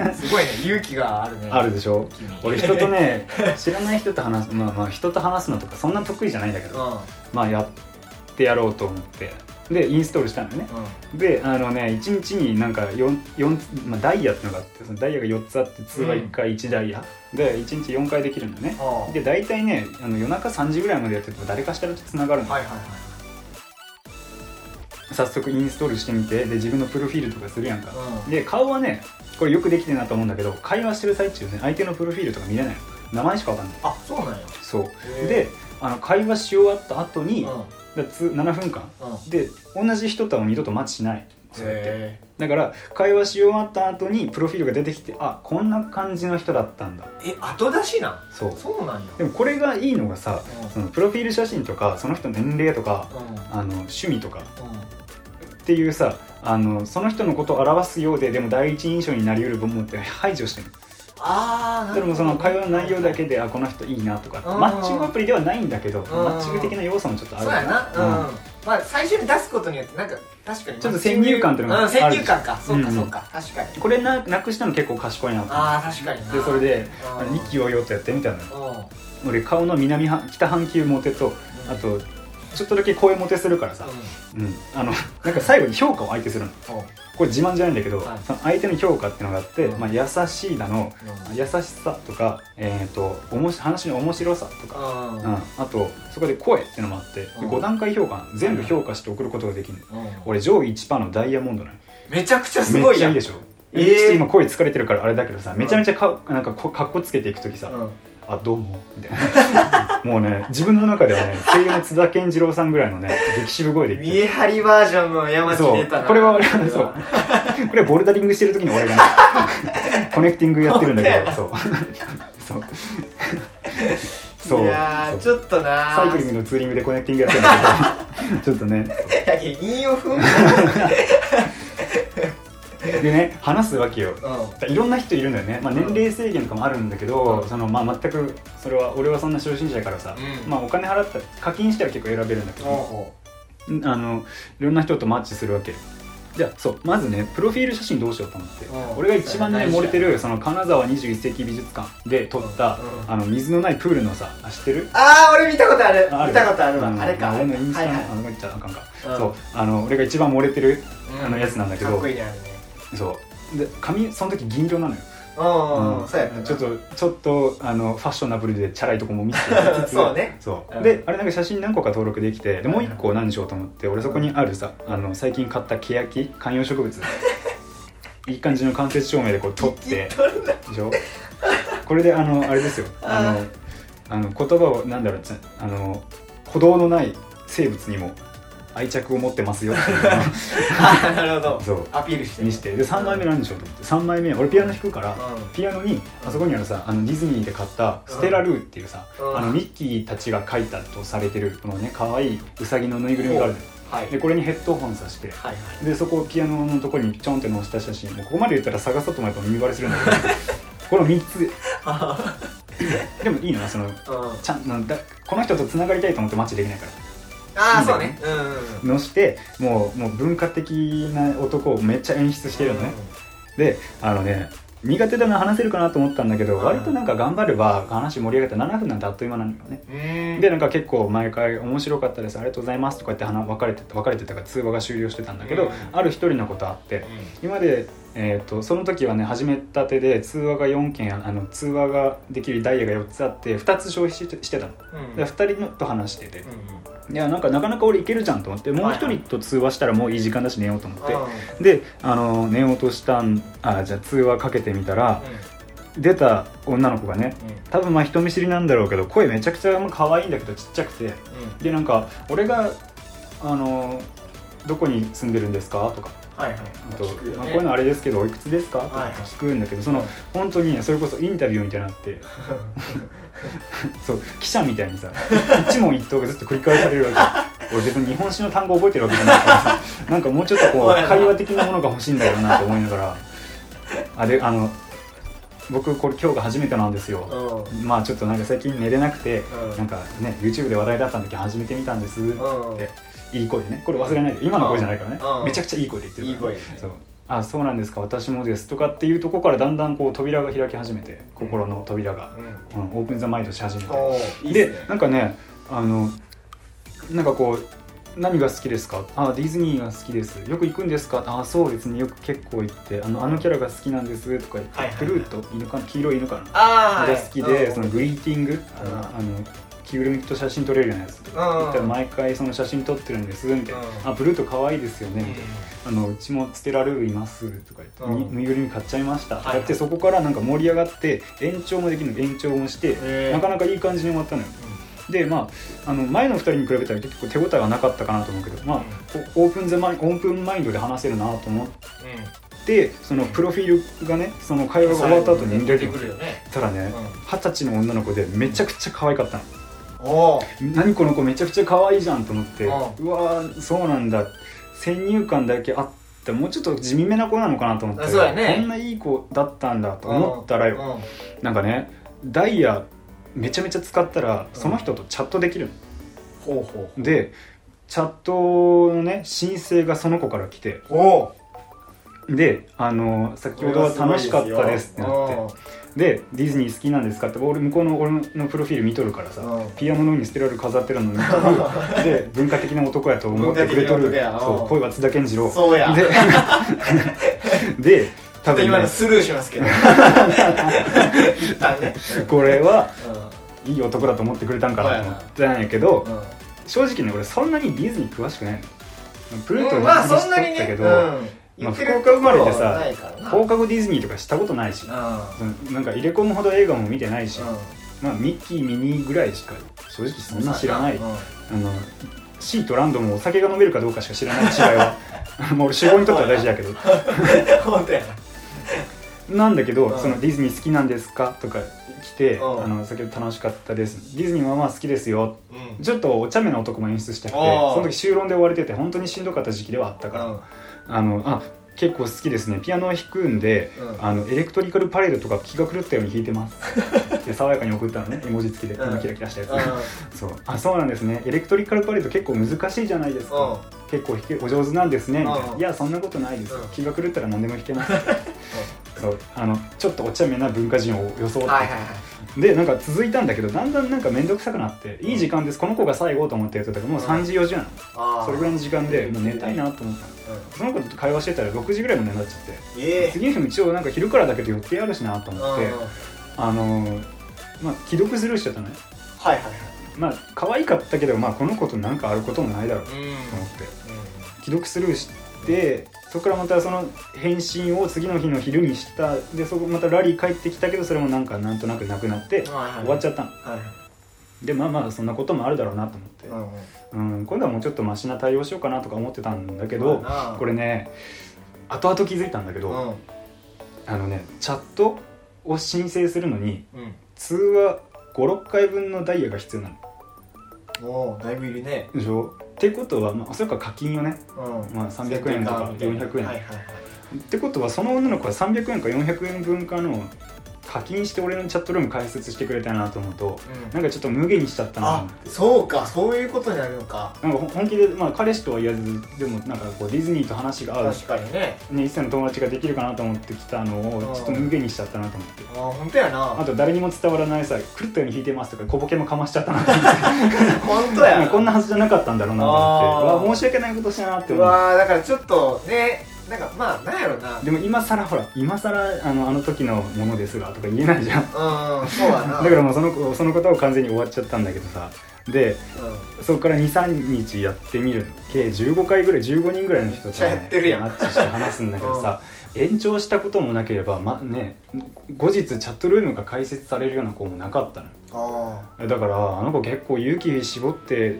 S1: うんすごいね勇気があるね
S2: あるでしょ
S1: 君
S2: 俺人とね知らない人と話すまあまあ人と話すのとかそんな得意じゃないんだけ
S1: う
S2: ど
S1: んうん
S2: まあやってやろうと思ってでインストールしたのよねであのね1日になんか4、四まあ、ダイヤってのがあってそのダイヤが4つあって通話1回1ダイヤ、で1日4回できるんだね
S1: ああ
S2: で大体ねあの夜中3時ぐらいまでやってると誰かしらとつながるの、
S1: はいはいはい
S2: 早速インストールしてみてで自分のプロフィールとかするやんか、
S1: うん
S2: で顔はねこれよくできてるなと思うんだけど会話してる最中ね相手のプロフィールとか見れないの名前しかわかんない
S1: あそうなんや
S2: そう
S1: へー
S2: であの会話し終わった後に、
S1: うん
S2: だつ7分間
S1: うん
S2: で同じ人とはもう二度とマッチしないそれって
S1: へ
S2: だから会話し終わった後にプロフィールが出てきてあこんな感じの人だったんだ
S1: ーえ後出しなん
S2: そう
S1: そうなんや
S2: でもこれがいいのがさそのプロフィール写真とかその人の年齢とか
S1: うんうん
S2: あの趣味とか
S1: うん
S2: っていうさあのその人のことを表すようででも第一印象になりうる部分って排除してる
S1: ああ
S2: それもその会話の内容だけであこの人いいなとか
S1: うん
S2: マッチングアプリではないんだけど
S1: ん
S2: マッチング的な要素もちょっとあ
S1: そ
S2: る
S1: うやなうん、
S2: うん
S1: まあ最初に出すことによってなんか確かに
S2: ちょっと先入観っていうの
S1: う
S2: があ
S1: ん
S2: る
S1: 先入観かそうか
S2: うん
S1: そうか、確かに
S2: これななくしたの結構賢いなと思って
S1: ああ確かにな
S2: でそれで
S1: うん
S2: 意気揚々とやってみたのよ
S1: うんうん
S2: 俺顔の南半北半球モテとあとちょっとだけ声モテするからさ、うん、あのなんか最後に評価を相手するの
S1: うん
S2: これ自慢じゃないんだけど、
S1: はい
S2: その相手の評価ってのがあって、
S1: うん
S2: まあ、優しいだの優しさとか、えー、とおもし話の面白さとか、
S1: うん
S2: うん、あとそこで声ってのもあって、
S1: うん
S2: 5段階評価なの全部評価して送ることができるの
S1: うん
S2: 俺上位1%のダイヤモンドなの
S1: めちゃくちゃす
S2: め
S1: ご
S2: っ
S1: い
S2: ち
S1: や
S2: ゃ
S1: ん
S2: いいでしょ
S1: えー
S2: ちょっと今声疲れてるからあれだけどさめちゃめちゃかなんかこかっこつけていく時さ、
S1: うん
S2: あどうもみたいなもうね自分の中ではね声優の津田健次郎さんぐらいのね激渋声で言って
S1: 見え張りバージョンの山地
S2: そう
S1: 出たな
S2: これは俺
S1: これ
S2: は
S1: は
S2: そうこれはボルダリングしてる時の俺が ねコネクティングやってるんだけどそうそうそう
S1: いやーちょっとな
S2: サイクリングのツーリングでコネクティングやってるんだけ どちょっとね
S1: だけど韻を踏 む
S2: でね話すわけよ
S1: うん
S2: いろんな人いるんだよね、まあ、年齢制限とかもあるんだけど、
S1: うん
S2: そのまあ、全くそれは俺はそんな初心者やからさ、
S1: うん
S2: まあ、お金払ったら課金したら結構選べるんだけど、
S1: お
S2: あのいろんな人とマッチするわけじゃあそうまずねプロフィール写真どうしようと思って
S1: うん
S2: 俺が一番ね
S1: それ大事
S2: 漏れてるその金沢21世紀美術館で撮った
S1: うんうん
S2: あの水のないプールのさあ知ってる
S1: ああ俺見たことある
S2: ある
S1: 見たことあるわ、
S2: うん
S1: あれか
S2: 俺のインスタの、
S1: はい
S2: あ
S1: は
S2: の言っちゃあかんか、
S1: うん
S2: そうあの俺が一番漏れてる
S1: い、
S2: あのやつなんだけど
S1: かっこいいねあれね
S2: そうで髪その時銀色なのよ、
S1: うんうん、
S2: う
S1: うんん、そうやったな
S2: ちょっとちょっとあのファッショナブルでチャラいとこも見せて きつつ
S1: そうね
S2: そう、
S1: うん
S2: であれなんか写真何個か登録できてでもう一個何しようと思って俺そこにあるさあの最近買ったケヤキ観葉 植物いい感じの間接照明でこう撮って でしょこれであのあ れですよあのあの言葉をなんだろうちゃあの歩道のない生物にも愛着を持ってますよっていうのを
S1: あーなるほど
S2: そう
S1: アピールして
S2: にしてで3枚目なんでしょうと思って3枚目俺ピアノ弾くから、
S1: うん
S2: ピアノにあそこにあるさあのディズニーで買ったステラルーっていうさ、
S1: うん
S2: あのミッキーたちが描いたとされてるこのね可愛いウサギのぬいぐるみがあるのよ
S1: はい
S2: でこれにヘッドホンさして
S1: はいはい
S2: でそこをピアノのところにちょんって載せた写真もうここまで言ったら探そうと思えば見バレするん だけどこの3つでもいいのよその
S1: うん
S2: ちゃんなんだこの人と繋がりたいと思ってマッチできないから
S1: ああそうねうんうんうん
S2: のしてもうもう文化的な男をめっちゃ演出してるのね、であのね苦手だな話せるかなと思ったんだけど、
S1: うん
S2: 割となんか頑張れば話盛り上がって7分なんてあっという間なんだよね
S1: うん
S2: でなんか結構毎回「面白かったですありがとうございます」とか言って話別れて別れてたから通話が終了してたんだけど、
S1: うん
S2: ある一人のことあって今まで、えー、とその時はね始めたてで通話が4件あの通話ができるダイヤが4つあって2つ消費してしてたの
S1: うん
S2: で2人のと話してて
S1: う、ん
S2: いやなんかなかなか俺いけるじゃんと思ってもう一人と通話したらもういい時間だし寝ようと思って、
S1: うん
S2: であの寝ようとしたんあじゃあ通話かけてみたら出た女の子がね多分まあ人見知りなんだろうけど声めちゃくちゃ可愛いんだけどちっちゃくて
S1: うんうん
S2: でなんか俺があのどこに住んでるんですかとか
S1: はいはい
S2: あと、
S1: 聞くよね
S2: まあ、こういうのあれですけどおいくつですかと
S1: はい
S2: か聞くんだけどその本当にねそれこそインタビューみたいになって そう記者みたいにさ一問一答がずっと繰り返されるわけ俺別に日本史の単語覚えてるわけじゃないからさなんかもうちょっとこ
S1: おいおいう
S2: 会話的なものが欲しいんだろうなと思いながらあであの僕これ今日が初めてなんですよ、
S1: うん
S2: まあちょっとなんか最近寝れなくて、
S1: うん
S2: なんかね YouTube で話題だったんだけど始めてみたんですって、
S1: うん
S2: いい声でねこれ忘れないで今の声じゃないからね、
S1: うん
S2: めちゃくちゃいい声で言ってる
S1: いい
S2: から
S1: 声
S2: ねそうあそうなんですか私もですとかっていうところからだんだんこう扉が開き始めて心の扉が、
S1: うん
S2: うんオープン・ザ・マインドし始めて
S1: おーいいっす
S2: で
S1: ね
S2: なんかねあのなんかこう何が好きですかあディズニーが好きですよく行くんですかあそうですねよく結構行ってあのあのキャラが好きなんですとか言って、
S1: はいはいはい
S2: フルート犬か黄色い犬かな
S1: あー
S2: が好きで、そのグリーティング、あ
S1: うん
S2: のあの着ぐるみと写真撮れるようなやつ、
S1: うん
S2: だったら毎回その写真撮ってるんですみたいな、
S1: うん
S2: あブルート可愛いですよね、
S1: う
S2: み
S1: ん
S2: たいなあのうちも捨てられるいますとか言って、
S1: うん
S2: ぬぬいぐるみ買っちゃいました、
S1: はいはい
S2: だってそこからなんか盛り上がって延長もできるの延長もして、
S1: へー
S2: なかなかいい感じに終わったのよでまああの前の2人に比べたら結構手応えはなかったかなと思うけどまあ、おオープンゼマイオープンマインドで話せるなと思
S1: うんう
S2: っ
S1: ん
S2: てそのプロフィールがねその会話が終わった後に出
S1: 出
S2: て
S1: て
S2: く
S1: く
S2: る
S1: るよね
S2: たらね、二十歳の女の子でめちゃくちゃ可愛かったの
S1: おお
S2: 何この子めちゃくちゃ可愛いじゃんと思ってうわ
S1: う
S2: ーそうなんだ先入観だけあってもうちょっと地味めな子なのかなと思って
S1: あそうだね
S2: こんないい子だったんだと思ったらよ
S1: よ
S2: なんかねダイヤめちゃめちゃ使ったら
S1: うん
S2: その人とチャットできる
S1: ほうほ
S2: のでチャットのね申請がその子から来て
S1: うおお
S2: であの先ほどは楽しかったですってなってでディズニー好きなんですかって俺向こうの俺のプロフィール見とるからさ、
S1: うん
S2: ピアノの上に捨てられる飾ってるの見とる で文化的な男やと思ってくれと
S1: 文化
S2: る
S1: 的な男やう
S2: そ
S1: ん
S2: う声は津田健次郎
S1: そうや ちょっと
S2: でで多分、
S1: 今
S2: ね
S1: の、スルーしますけど一旦ね
S2: これは
S1: う
S2: いい男だと思ってくれたんかなと思ったんやけ
S1: ん
S2: ど、
S1: うん
S2: 正直ね俺そんなにディズニー詳しくないのプルート
S1: うん
S2: の
S1: まあ
S2: 話
S1: そんなに
S2: しと
S1: ね
S2: ったけど、
S1: うん言
S2: まあ
S1: って
S2: 福
S1: る
S2: 岡生まれて
S1: ことは
S2: さ
S1: ないからな
S2: 放課後ディズニーとかしたことないし、
S1: う
S2: うんなんか入れ込むほど映画も見てないし、
S1: んうん
S2: まあミッキーミニーぐらいしか正直そんな知らない
S1: うん
S2: あのシーとランドもお酒が飲めるかどうかしか知らない違い はまあ俺酒豪にとっては大事だけど
S1: 本当や
S2: なんだけど、
S1: うん
S2: そのディズニー好きなんですかとか来て、
S1: うん
S2: あの先ほど楽しかったですディズニーはまあ好きですよ
S1: うん
S2: ちょっとお茶目な男も演出したくて
S1: あー
S2: その時修論で追われてて本当にしんどかった時期ではあったから、あのあ結構好きですねピアノを弾くんで、
S1: うん
S2: あのエレクトリカルパレードとか気が狂ったように弾いてます で爽やかに送ったのね絵文字付きでこんなキラキラしたやつ、そうあそうなんですねエレクトリカルパレード結構難しいじゃないですか、結構弾けお上手なんですね」みたいな
S1: う
S2: 「
S1: ん
S2: いやそんなことないですよ
S1: うん
S2: 気が狂ったら何でも弾け ます」そうあのちょっとお茶目な文化人を装っ
S1: うんは
S2: て、
S1: いはいはい
S2: でなんか続いたんだけどだんだんなんか面倒くさくなっていい時間ですこの子が最後と思ってやってたからもう3時4時なの、
S1: あー
S2: それぐらいの時間でもう寝たいなと思ったの
S1: うん
S2: その子と会話してたら6時ぐらいも眠っちゃって、
S1: ええ
S2: 次の日一応なんか昼からだけど予定あるしなと
S1: うん
S2: 思っ
S1: はい
S2: て、あのーまあ既読スルーしちゃったのね
S1: はいはい
S2: まあ可愛かったけどまあこの子となんかあることもないだろうと思って。既読スルーしてそこからまたその返信を次の日の昼にしたでそこまたラリー帰ってきたけどそれもなんかなんとなくなくなって終わっち
S1: ゃ
S2: ゃったの
S1: うんはい
S2: でまあまあそんなこともあるだろうなと思って、
S1: うん
S2: うん、今度はもうちょっとマシな対応しようかなとか思ってたんだけど
S1: まあな
S2: これね後々気づいたんだけ
S1: う
S2: ど
S1: ん
S2: あのねチャットを申請するのに
S1: うん
S2: 通話56回分のダイヤが必要なの
S1: おーだいぶいるね
S2: でしょってことは、まあ、それから課金よね
S1: うん
S2: まあ300円とか400円
S1: はいはいはい
S2: ってことはその女の子は300円か400円分かの課金して俺のチャットルーム開設してくれたなと思うと
S1: うん
S2: なんかちょっと無限にしちゃったな
S1: あそうかそういうことになるのか
S2: なんかほ本気で、まあ、彼氏とは言わずでもなんかこうディズニーと話が合う
S1: 確かにね
S2: ね、一切の友達ができるかなと思ってきたのを
S1: うん
S2: ちょっと無限にしちゃったなと思って
S1: あ本当やな
S2: あと誰にも伝わらないさ狂ったように弾いてますとか小ボケもかましちゃったなと思 っ
S1: 本当や
S2: てこんなはずじゃなかったんだろうなと思
S1: あ
S2: っ
S1: ー
S2: てうわ申し訳ないことしたなって
S1: う
S2: 思う
S1: わーだからちょっとねなんかまあなんやろな
S2: でも今更ほら今更あのあの時のものですがとか言えないじゃん
S1: うんそうやな
S2: だからもうその子そのことは完全に終わっちゃったんだけどさでそこから23日やってみる計15回ぐらい15人ぐらいの人と、
S1: めっちゃやってるやん
S2: マッチして話すんだけどさ、延長したこともなければ、まね、後日チャットルームが開設されるような子もなかったの
S1: うんあ
S2: だからあの子結構勇気絞っ
S1: ー
S2: て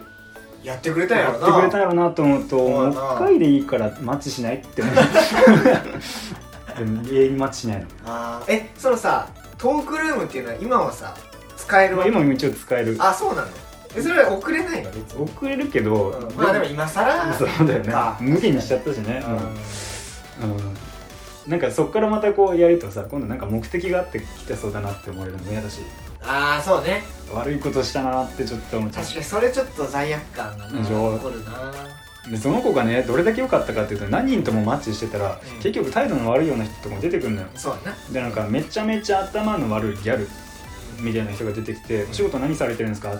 S1: やってくれたんや
S2: や
S1: ろ
S2: っ
S1: な
S2: てくれたやろなと思うと
S1: そう
S2: も
S1: や
S2: う
S1: な
S2: 一回でいいからマッチしないっ て思ってでも永遠にマッチしないの
S1: あーえそのさトークルームっていうのは今はさ使えるわけ
S2: 今も一応使える
S1: あそうなのえそれは送れないの別に、
S2: 遅れるけど、
S1: うんまあでも今更
S2: そうだよね
S1: か
S2: 無限にしちゃったしね、
S1: うん
S2: うん、なんかそっからまたこうやるとさ今度なんか目的があって来てそうだなって思えるのも嫌だし
S1: ああそうね
S2: 悪いことしたなってちょっと思っちゃ
S1: 確かにそれちょっと罪悪感がな
S2: でしょ
S1: 残るな
S2: うでその子がねどれだけ良かったかっていうと何人ともマッチしてたら、
S1: うん
S2: 結局態度の悪いような人とかも出てくるのよ
S1: そうやな
S2: でなんかめちゃめちゃ頭の悪いギャルみたいな人が出てきて「お仕事何されてるんですか?」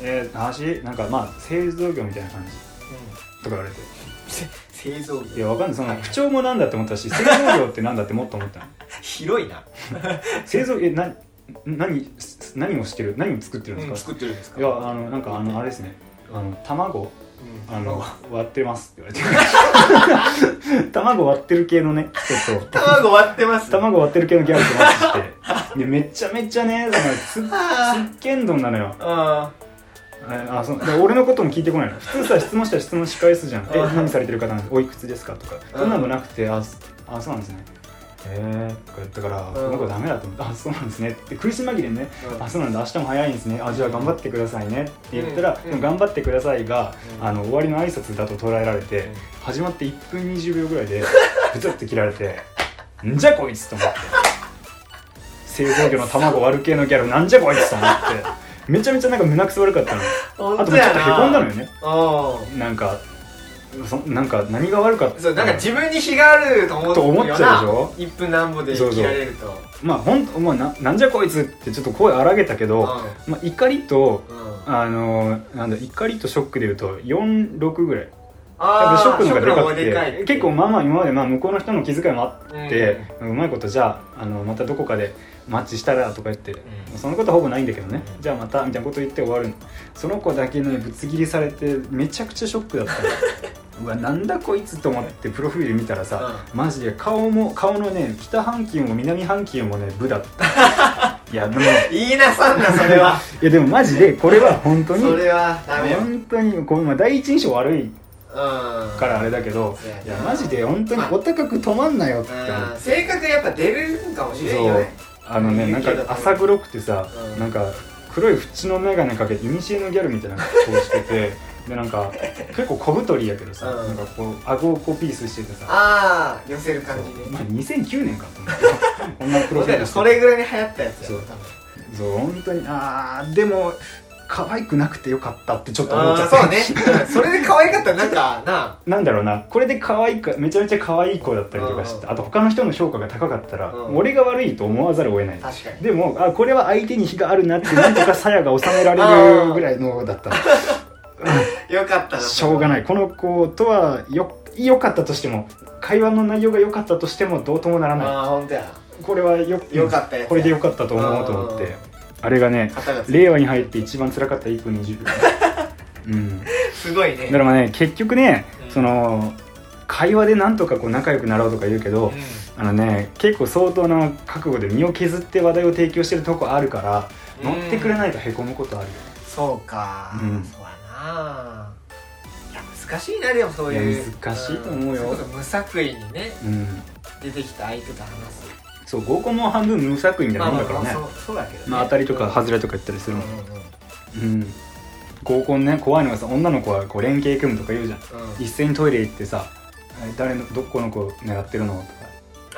S2: えー、話なんかまあ製造業みたいな感じ
S1: う
S2: とか言われて
S1: んせ 製造
S2: いや
S1: 業
S2: わかんないそ
S1: は
S2: の
S1: いはい
S2: 口調もなんだって思ったし製造業ってなんだってもっと思ったの
S1: 広いな
S2: 製造えな何何をしてる何を作ってるんですか、
S1: 作ってるんですか
S2: いやあのなんかあのあれですねあの卵
S1: うん
S2: あの割ってますって言われて 卵割ってる系のねちょっと
S1: 卵割ってます
S2: 卵割ってる系のギャルとマッチしてでめちゃめちゃねそのつ
S1: あ
S2: つっけんどんなのよ
S1: ーあ
S2: ああそうで俺のことも聞いてこないの普通さ質問したら質問し返すじゃん「え
S1: うん
S2: 何されてる方なんですおいくつですか?」とかそんなのなくて「あすあそうなんですね」えー、とか言ったから、
S1: ん
S2: この子ダメだと思って「あそうなんですね」って苦し紛れにね
S1: ー
S2: あそうなんだ明日も早いんですねあじゃあ頑張ってくださいねって言ったら、
S1: うん
S2: でも頑張ってくださいが、
S1: うん
S2: あの終わりの挨拶だと捉えられて、
S1: うん
S2: 始まって1分20秒ぐらいでブツって切られて「んじゃこいつ!」と思って製造業の卵割る系のギャルなんじゃこいつと思ってめちゃめちゃなんか胸くそ悪かったのあ
S1: 本
S2: と
S1: 当
S2: もうちょ
S1: や
S2: っとへ
S1: な
S2: こんだのよね
S1: うん
S2: なんかそなんか何が悪かった
S1: そうなんか自分に非があると思って
S2: と思っちゃうでしょ
S1: 一分なんぼで切られると
S2: まあ本当、まあ、ななんじゃこいつってちょっと声荒げたけど、まあ、怒りと
S1: うんうん
S2: あのなんだ怒りとショックで言うと46ぐらい多
S1: あ
S2: 分
S1: ー
S2: ショックの方がでか
S1: ショックの方が
S2: く
S1: でか
S2: て
S1: い
S2: 結構まあまあ今までまあ向こうの人の気遣いもあ
S1: うん
S2: って、うまいことじゃああのまたどこかでマッチしたらとか言って、
S1: ん
S2: そのことはほぼないんだけどね、
S1: うん
S2: じゃあまたみたいなこと言って終わるのその子だけねぶつ切りされてめちゃくちゃショックだった のうわなんだこいつと思ってプロフィール見たらさ、マジで顔も顔のね北半球も南半球もねブだった いやでも
S1: 言いなさんなそれ は
S2: いやでもマジでこれは本当に
S1: それはダメようん
S2: 本当にこう、まあ、第一印象悪いか
S1: から
S2: あれだけど
S1: そうやない
S2: やマジで本当にお高く止まんなよって思って
S1: 性格やっぱ出るんかもしれん
S2: そ
S1: よ
S2: う
S1: ね
S2: あのねなんか浅黒くてさ、
S1: うん
S2: なんか黒い縁の眼鏡かけて古のギャルみたいな格好して てでなんか結構小太りやけどさ、
S1: うん
S2: なんかこう顎をこうピースしててさ
S1: ああ寄せる感じ
S2: ま
S1: ね
S2: あ、2009年かと思ってこんなプロ
S1: そうだ
S2: フィー
S1: よ
S2: ル
S1: ねそれぐらい
S2: して
S1: に流行ったやつや
S2: そうそう本当にあーでも可愛くなくてよかったってちょっと思っ
S1: あ
S2: ちゃ
S1: あ
S2: った
S1: そうねうんそれで可愛かったらなんかな
S2: なんだろうなこれで可愛いかめちゃめちゃ可愛い子だったりとかして、
S1: うん
S2: あと他の人の評価が高かったら、
S1: うん
S2: 俺が悪いと思わざるを得ない
S1: 確かに
S2: でもあこれは相手に非があるなってなんとか鞘が収 められるぐらいのだった
S1: よかったな
S2: しょうがないいこの子とはよ良かったとしても会話の内容が良かったとしてもどうともならない
S1: ああ本当や
S2: これはよ
S1: よかったやつや
S2: これで良かったと思うと思って
S1: うん
S2: あれがね
S1: 肩がつ
S2: 令和に入って一番辛かった1分20秒 うん
S1: すごい
S2: だ
S1: ね
S2: からまあね結局ね、
S1: うん
S2: その会話でなんとかこう仲良くなろうとか言うけど、
S1: う
S2: あのね結構相当な覚悟で身を削って話題を提供してるとこあるから
S1: ん
S2: 乗ってくれないとへこむことあるよ、
S1: そうか、
S2: うん
S1: そうやないや難しいなでもそういう
S2: いや難しいと思うよ
S1: んそれこそ無作為にね
S2: うん、
S1: 出てきた相手と話す
S2: そう合コンも半分無作為みたいなもんだからね、まあ
S1: そうそうだけど、ね、
S2: 当たりとか外れとか言ったりす
S1: う
S2: る
S1: んう
S2: も
S1: んうんうん
S2: ん、うん、合コンね怖いのがさ女の子はこう連携組むとか言うじゃん一斉にトイレ行ってさ「え誰のどこの子狙ってるの?」とか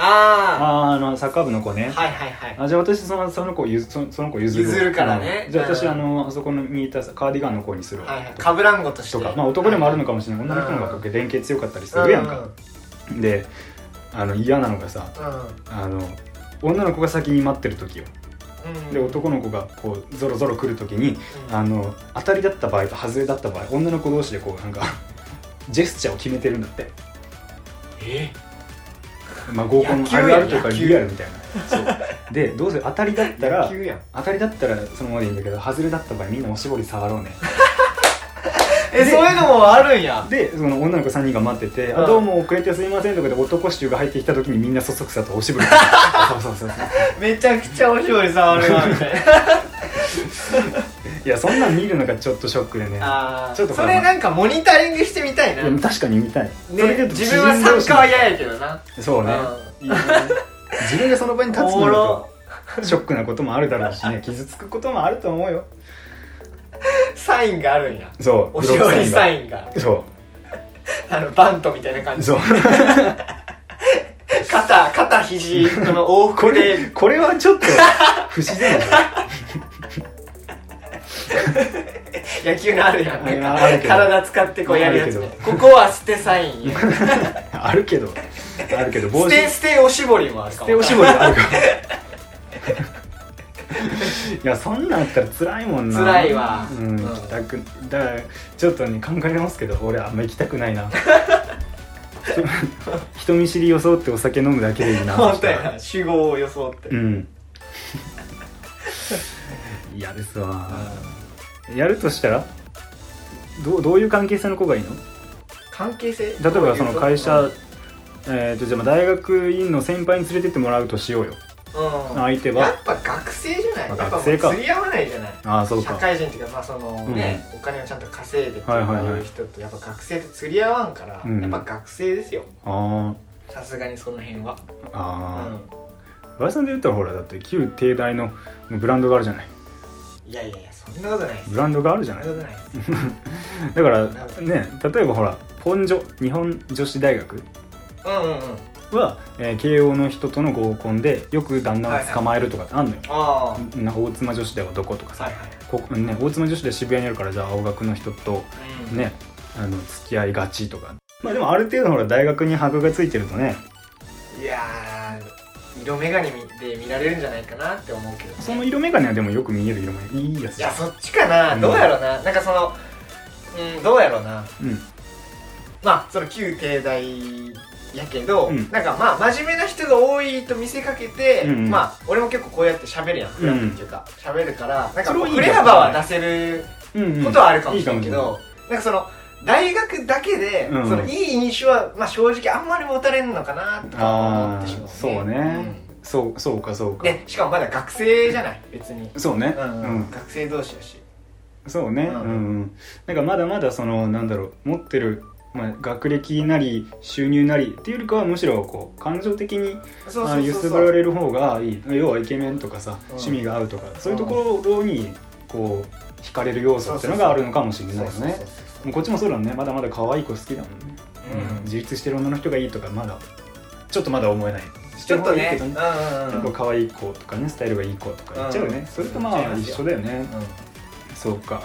S1: あ
S2: あーあのサッカー部の子ね、
S1: あはいはいはい
S2: あじゃあ私そのその子ゆずそその子譲る
S1: 譲るからね
S2: うんじゃあ私、
S1: うん
S2: あのあそこにいたさカーディガンの子にするわ
S1: はいはいかぶらんごとして
S2: とか、まあ、男でもあるの
S1: か
S2: かもしれない
S1: うん
S2: 女の人の方が連携強かったりするやんか、であの嫌なのがさあの女の子が先に待ってる時よ
S1: うんうん
S2: で男の子がこうゾロゾロ来る時に
S1: うん
S2: あの当たりだった場合と外れだった場合女の子同士でこうなんか ジェスチャーを決めてるんだって、
S1: え
S2: まあ、合コン
S1: 野球
S2: あ
S1: やん
S2: るあるとか
S1: 野球
S2: リアルみたいなそうでどうせ当たりだったら
S1: 野球やん
S2: 当たりだったらそのままでいいんだけど外れだった場合みんなおしぼり 触ろうね
S1: えそういうのもあるんや
S2: でその女の子3人が待ってて「
S1: う
S2: あ
S1: ん
S2: どうも遅れてすいません」とかで男衆が入ってきた時にみんなそそくさとお しぼりそうそうそうそう
S1: めちゃくちゃおしぼり触るわみたいな
S2: いやそんなん見るのがちょっとショックでね
S1: あー
S2: ちょっと
S1: それなんかモニタリングしてみたい
S2: い
S1: な、
S2: や確かに見たい、それで
S1: ね、
S2: 言うと
S1: 自分は参加は
S2: 自
S1: 嫌やけどな
S2: 分同士のそうねいいね自分がその場に立つ
S1: おも
S2: の
S1: ろ
S2: とショックなこともあるだろうし ね傷つくこともあると思うよ
S1: サインがあるんや
S2: そう
S1: おしぼりサ
S2: イ
S1: インが
S2: ンそ
S1: あのバントみたいな感
S2: う
S1: じ
S2: そう
S1: 肩肩肘この往
S2: こ
S1: 復で
S2: れこれはちょっと不自然だよ
S1: 野球のあるやんなんか
S2: あるけど
S1: 体使ってこうやるやつね
S2: ある
S1: ここは捨てサインや
S2: あるけどあるけど
S1: 捨
S2: 帽子
S1: て捨ておしぼりもあるかも
S2: でおしぼりあるからいやそんなんあったら辛いもんな
S1: 辛いわ
S2: うん、
S1: うん
S2: 行きたくだからちょっとね考えますけど俺あんま行きたくない な人見知り装ってお酒飲むだけでいいな
S1: 本当やな主語を装って、
S2: うん嫌ですわやるとしたらどうどういう関係性の子がいいの
S1: 関係性
S2: 例えばその会社、
S1: うん、
S2: えー、とじゃあまあ大学院の先輩に連れてってもらうとしようよ相手
S1: や
S2: は
S1: っぱ学生じゃない、
S2: ま
S1: やっ
S2: あ
S1: ぱも
S2: 学生か
S1: う釣り合わないじゃない
S2: ああそう
S1: 社
S2: か
S1: 会人っていうかまあそのね、お金をちゃんと稼いでって
S2: はいはいはい
S1: いう人とやっぱ学生って釣り合わんから、
S2: うん
S1: やっぱ学生ですよ
S2: あ
S1: さすがにその辺は、
S2: あ
S1: う
S2: ああ、
S1: ん、
S2: バイさんで言ったらほらだって旧帝大のブランドがあるじゃない
S1: いやいやいやそんなことないです
S2: ブランドがあるじゃ
S1: そん
S2: な
S1: ないことないです
S2: だからね例えばほらポンジョ日本女子大学
S1: うんうんうん
S2: は、えー慶応の人との合コンでよく旦那を捕まえるとかってあんのよ、
S1: ああ
S2: なんか大妻女子ではどことかさ、
S1: はいはい
S2: ここね、大妻女子で渋谷にあるからじゃあ青学の人と
S1: うん
S2: ねあの付き合いがちとかまあでもある程度ほら大学に箔がついてるとね
S1: いやー色眼鏡で見られるんじゃないかなって思うけど、ね、
S2: その
S1: い
S2: 色眼鏡はでもよく見える色眼鏡いいやつじゃ
S1: や
S2: ん
S1: そっちかな、
S2: うん
S1: どうやろうななんかそのうんどうやろうな
S2: うん
S1: まあその旧帝大やけど、
S2: うん
S1: なんかまあ真面目な人が多いと見せかけて、
S2: うんうん
S1: まあ俺も結構こうやって喋るやんフラッっていうか喋、るからなんかこう
S2: それはいい
S1: 振れ幅は出せる
S2: うんうん
S1: ことはあるかもしれんけ
S2: いいかも
S1: ど、なんかその大学だけで、
S2: うん
S1: そのいい印象は、まあ、正直あんまり持たれんのかなとか思ってしまう、ね、
S2: そうね、そうそうかそう
S1: うん
S2: か
S1: でしかもまだ学生じゃない別に、
S2: そうね
S1: う
S2: うんん、
S1: 学生同士だし
S2: そうねう
S1: うんん
S2: うんなんかまだまだそのなんだろう持ってる、まあ、学歴なり収入なりっていうよりかはむしろこう感情的に
S1: そう
S2: あ
S1: そ
S2: の
S1: う
S2: 揺
S1: そ
S2: す
S1: う
S2: ぶ
S1: そ
S2: ら
S1: う
S2: れる方がいい要はイケメンとかさ、趣味が合うとかそういうところにこう惹かれる要素っていうのがあるのかもしれないよ
S1: そうそう
S2: ね
S1: そうそ
S2: もうこっちもそうだねまだまだ可愛い子好きだもんね、
S1: う
S2: うん
S1: うん
S2: 自立してる女の人がいいとかまだちょっとまだ思えない
S1: ちょっとね
S2: してもいいけどね
S1: うんうん
S2: 結
S1: うん
S2: 構可愛い子とかねスタイルがいい子とか言っちゃうよね、
S1: うん
S2: それとまあ
S1: 言っちゃいます
S2: 一
S1: よ
S2: 緒だよねそうか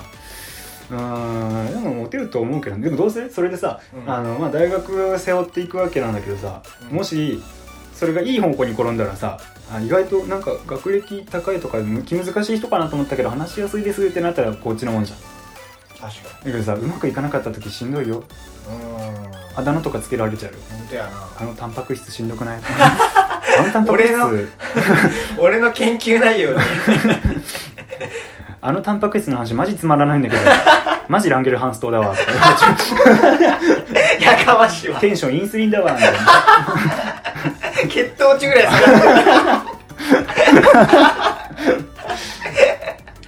S2: うーんでもモテると思うけどでもどうせそれでさ、
S1: うん
S2: あのまあ、大学背負っていくわけなんだけどさ、
S1: うん
S2: もしそれがいい方向に転んだらさあ意外となんか学歴高いとか気難しい人かなと思ったけど話しやすいですってなったらこっちのもんじゃん
S1: 確か
S2: だけどさうまくいかなかった時しんどいよ
S1: にうん
S2: あだ名とかつけられちゃうよ
S1: 本当や
S2: あ
S1: な
S2: のタンパク質しんど くないあのタンパク質
S1: 俺の俺の研究内容で
S2: あのタンパク質の話マジつまらないん だけどマジランゲルハンス島だわ
S1: やかましいわ
S2: テンションインスリンだわみたいな
S1: 血糖値ぐらい下がってる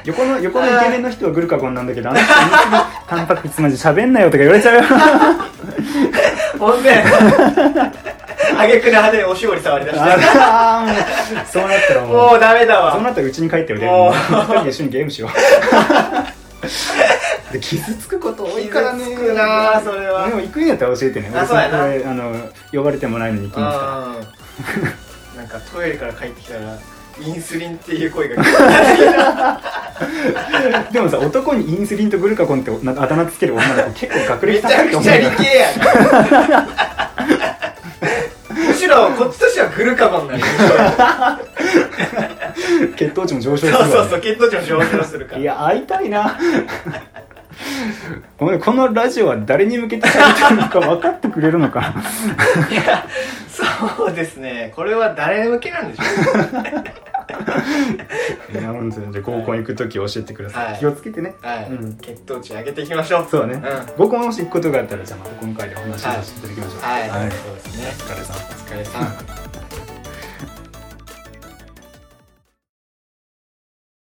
S2: 横の横のイケメンの人はグルカゴンなんだけどあの人タンパク質マジ喋んなよとか言われちゃうよ
S1: ほんであげくの派手におしぼり触り出して
S2: あーもうそうなったらもう
S1: もうダメだ
S2: そう
S1: わ
S2: なったらうちに帰っておいで
S1: もう
S2: 二人で一緒にゲームしよう で傷つくこと多いからね
S1: 傷つくなーそれは
S2: でも行くんやったら教えてね
S1: あそうやな
S2: 俺そのこれあの呼ばれてもないのに行きますか
S1: うんなんかトイレから帰ってきたらインスリンっていう声が聞こ
S2: でもさ男にインスリンとグルカゴンってなあだ名つける女の子 結構学
S1: えてめ
S2: 歴
S1: ちゃ
S2: 高いと
S1: く
S2: 思
S1: ち
S2: う
S1: ゃ
S2: よ
S1: 理系やんむしろこっちとしてはグルカゴンなのよ
S2: 血糖値も上昇す
S1: そう
S2: るわ、ね、
S1: そうそう血糖値も上昇するから
S2: いや会いたいな お前このラジオは誰に向けて書いてるのか分かってくれるのか
S1: いやそうですねこれは誰向けなんでしょう
S2: いや本当にじゃあ合コン行く時教えてください、
S1: はい
S2: 気をつけてね
S1: はい、
S2: うん
S1: 血糖値上げていきましょう
S2: そうね、
S1: うん
S2: 合コンもし行くことがあったらじゃあまた今回でお話しさせていただきましょう
S1: はい、
S2: はい
S1: そうですね
S2: お疲れ様
S1: お疲れさん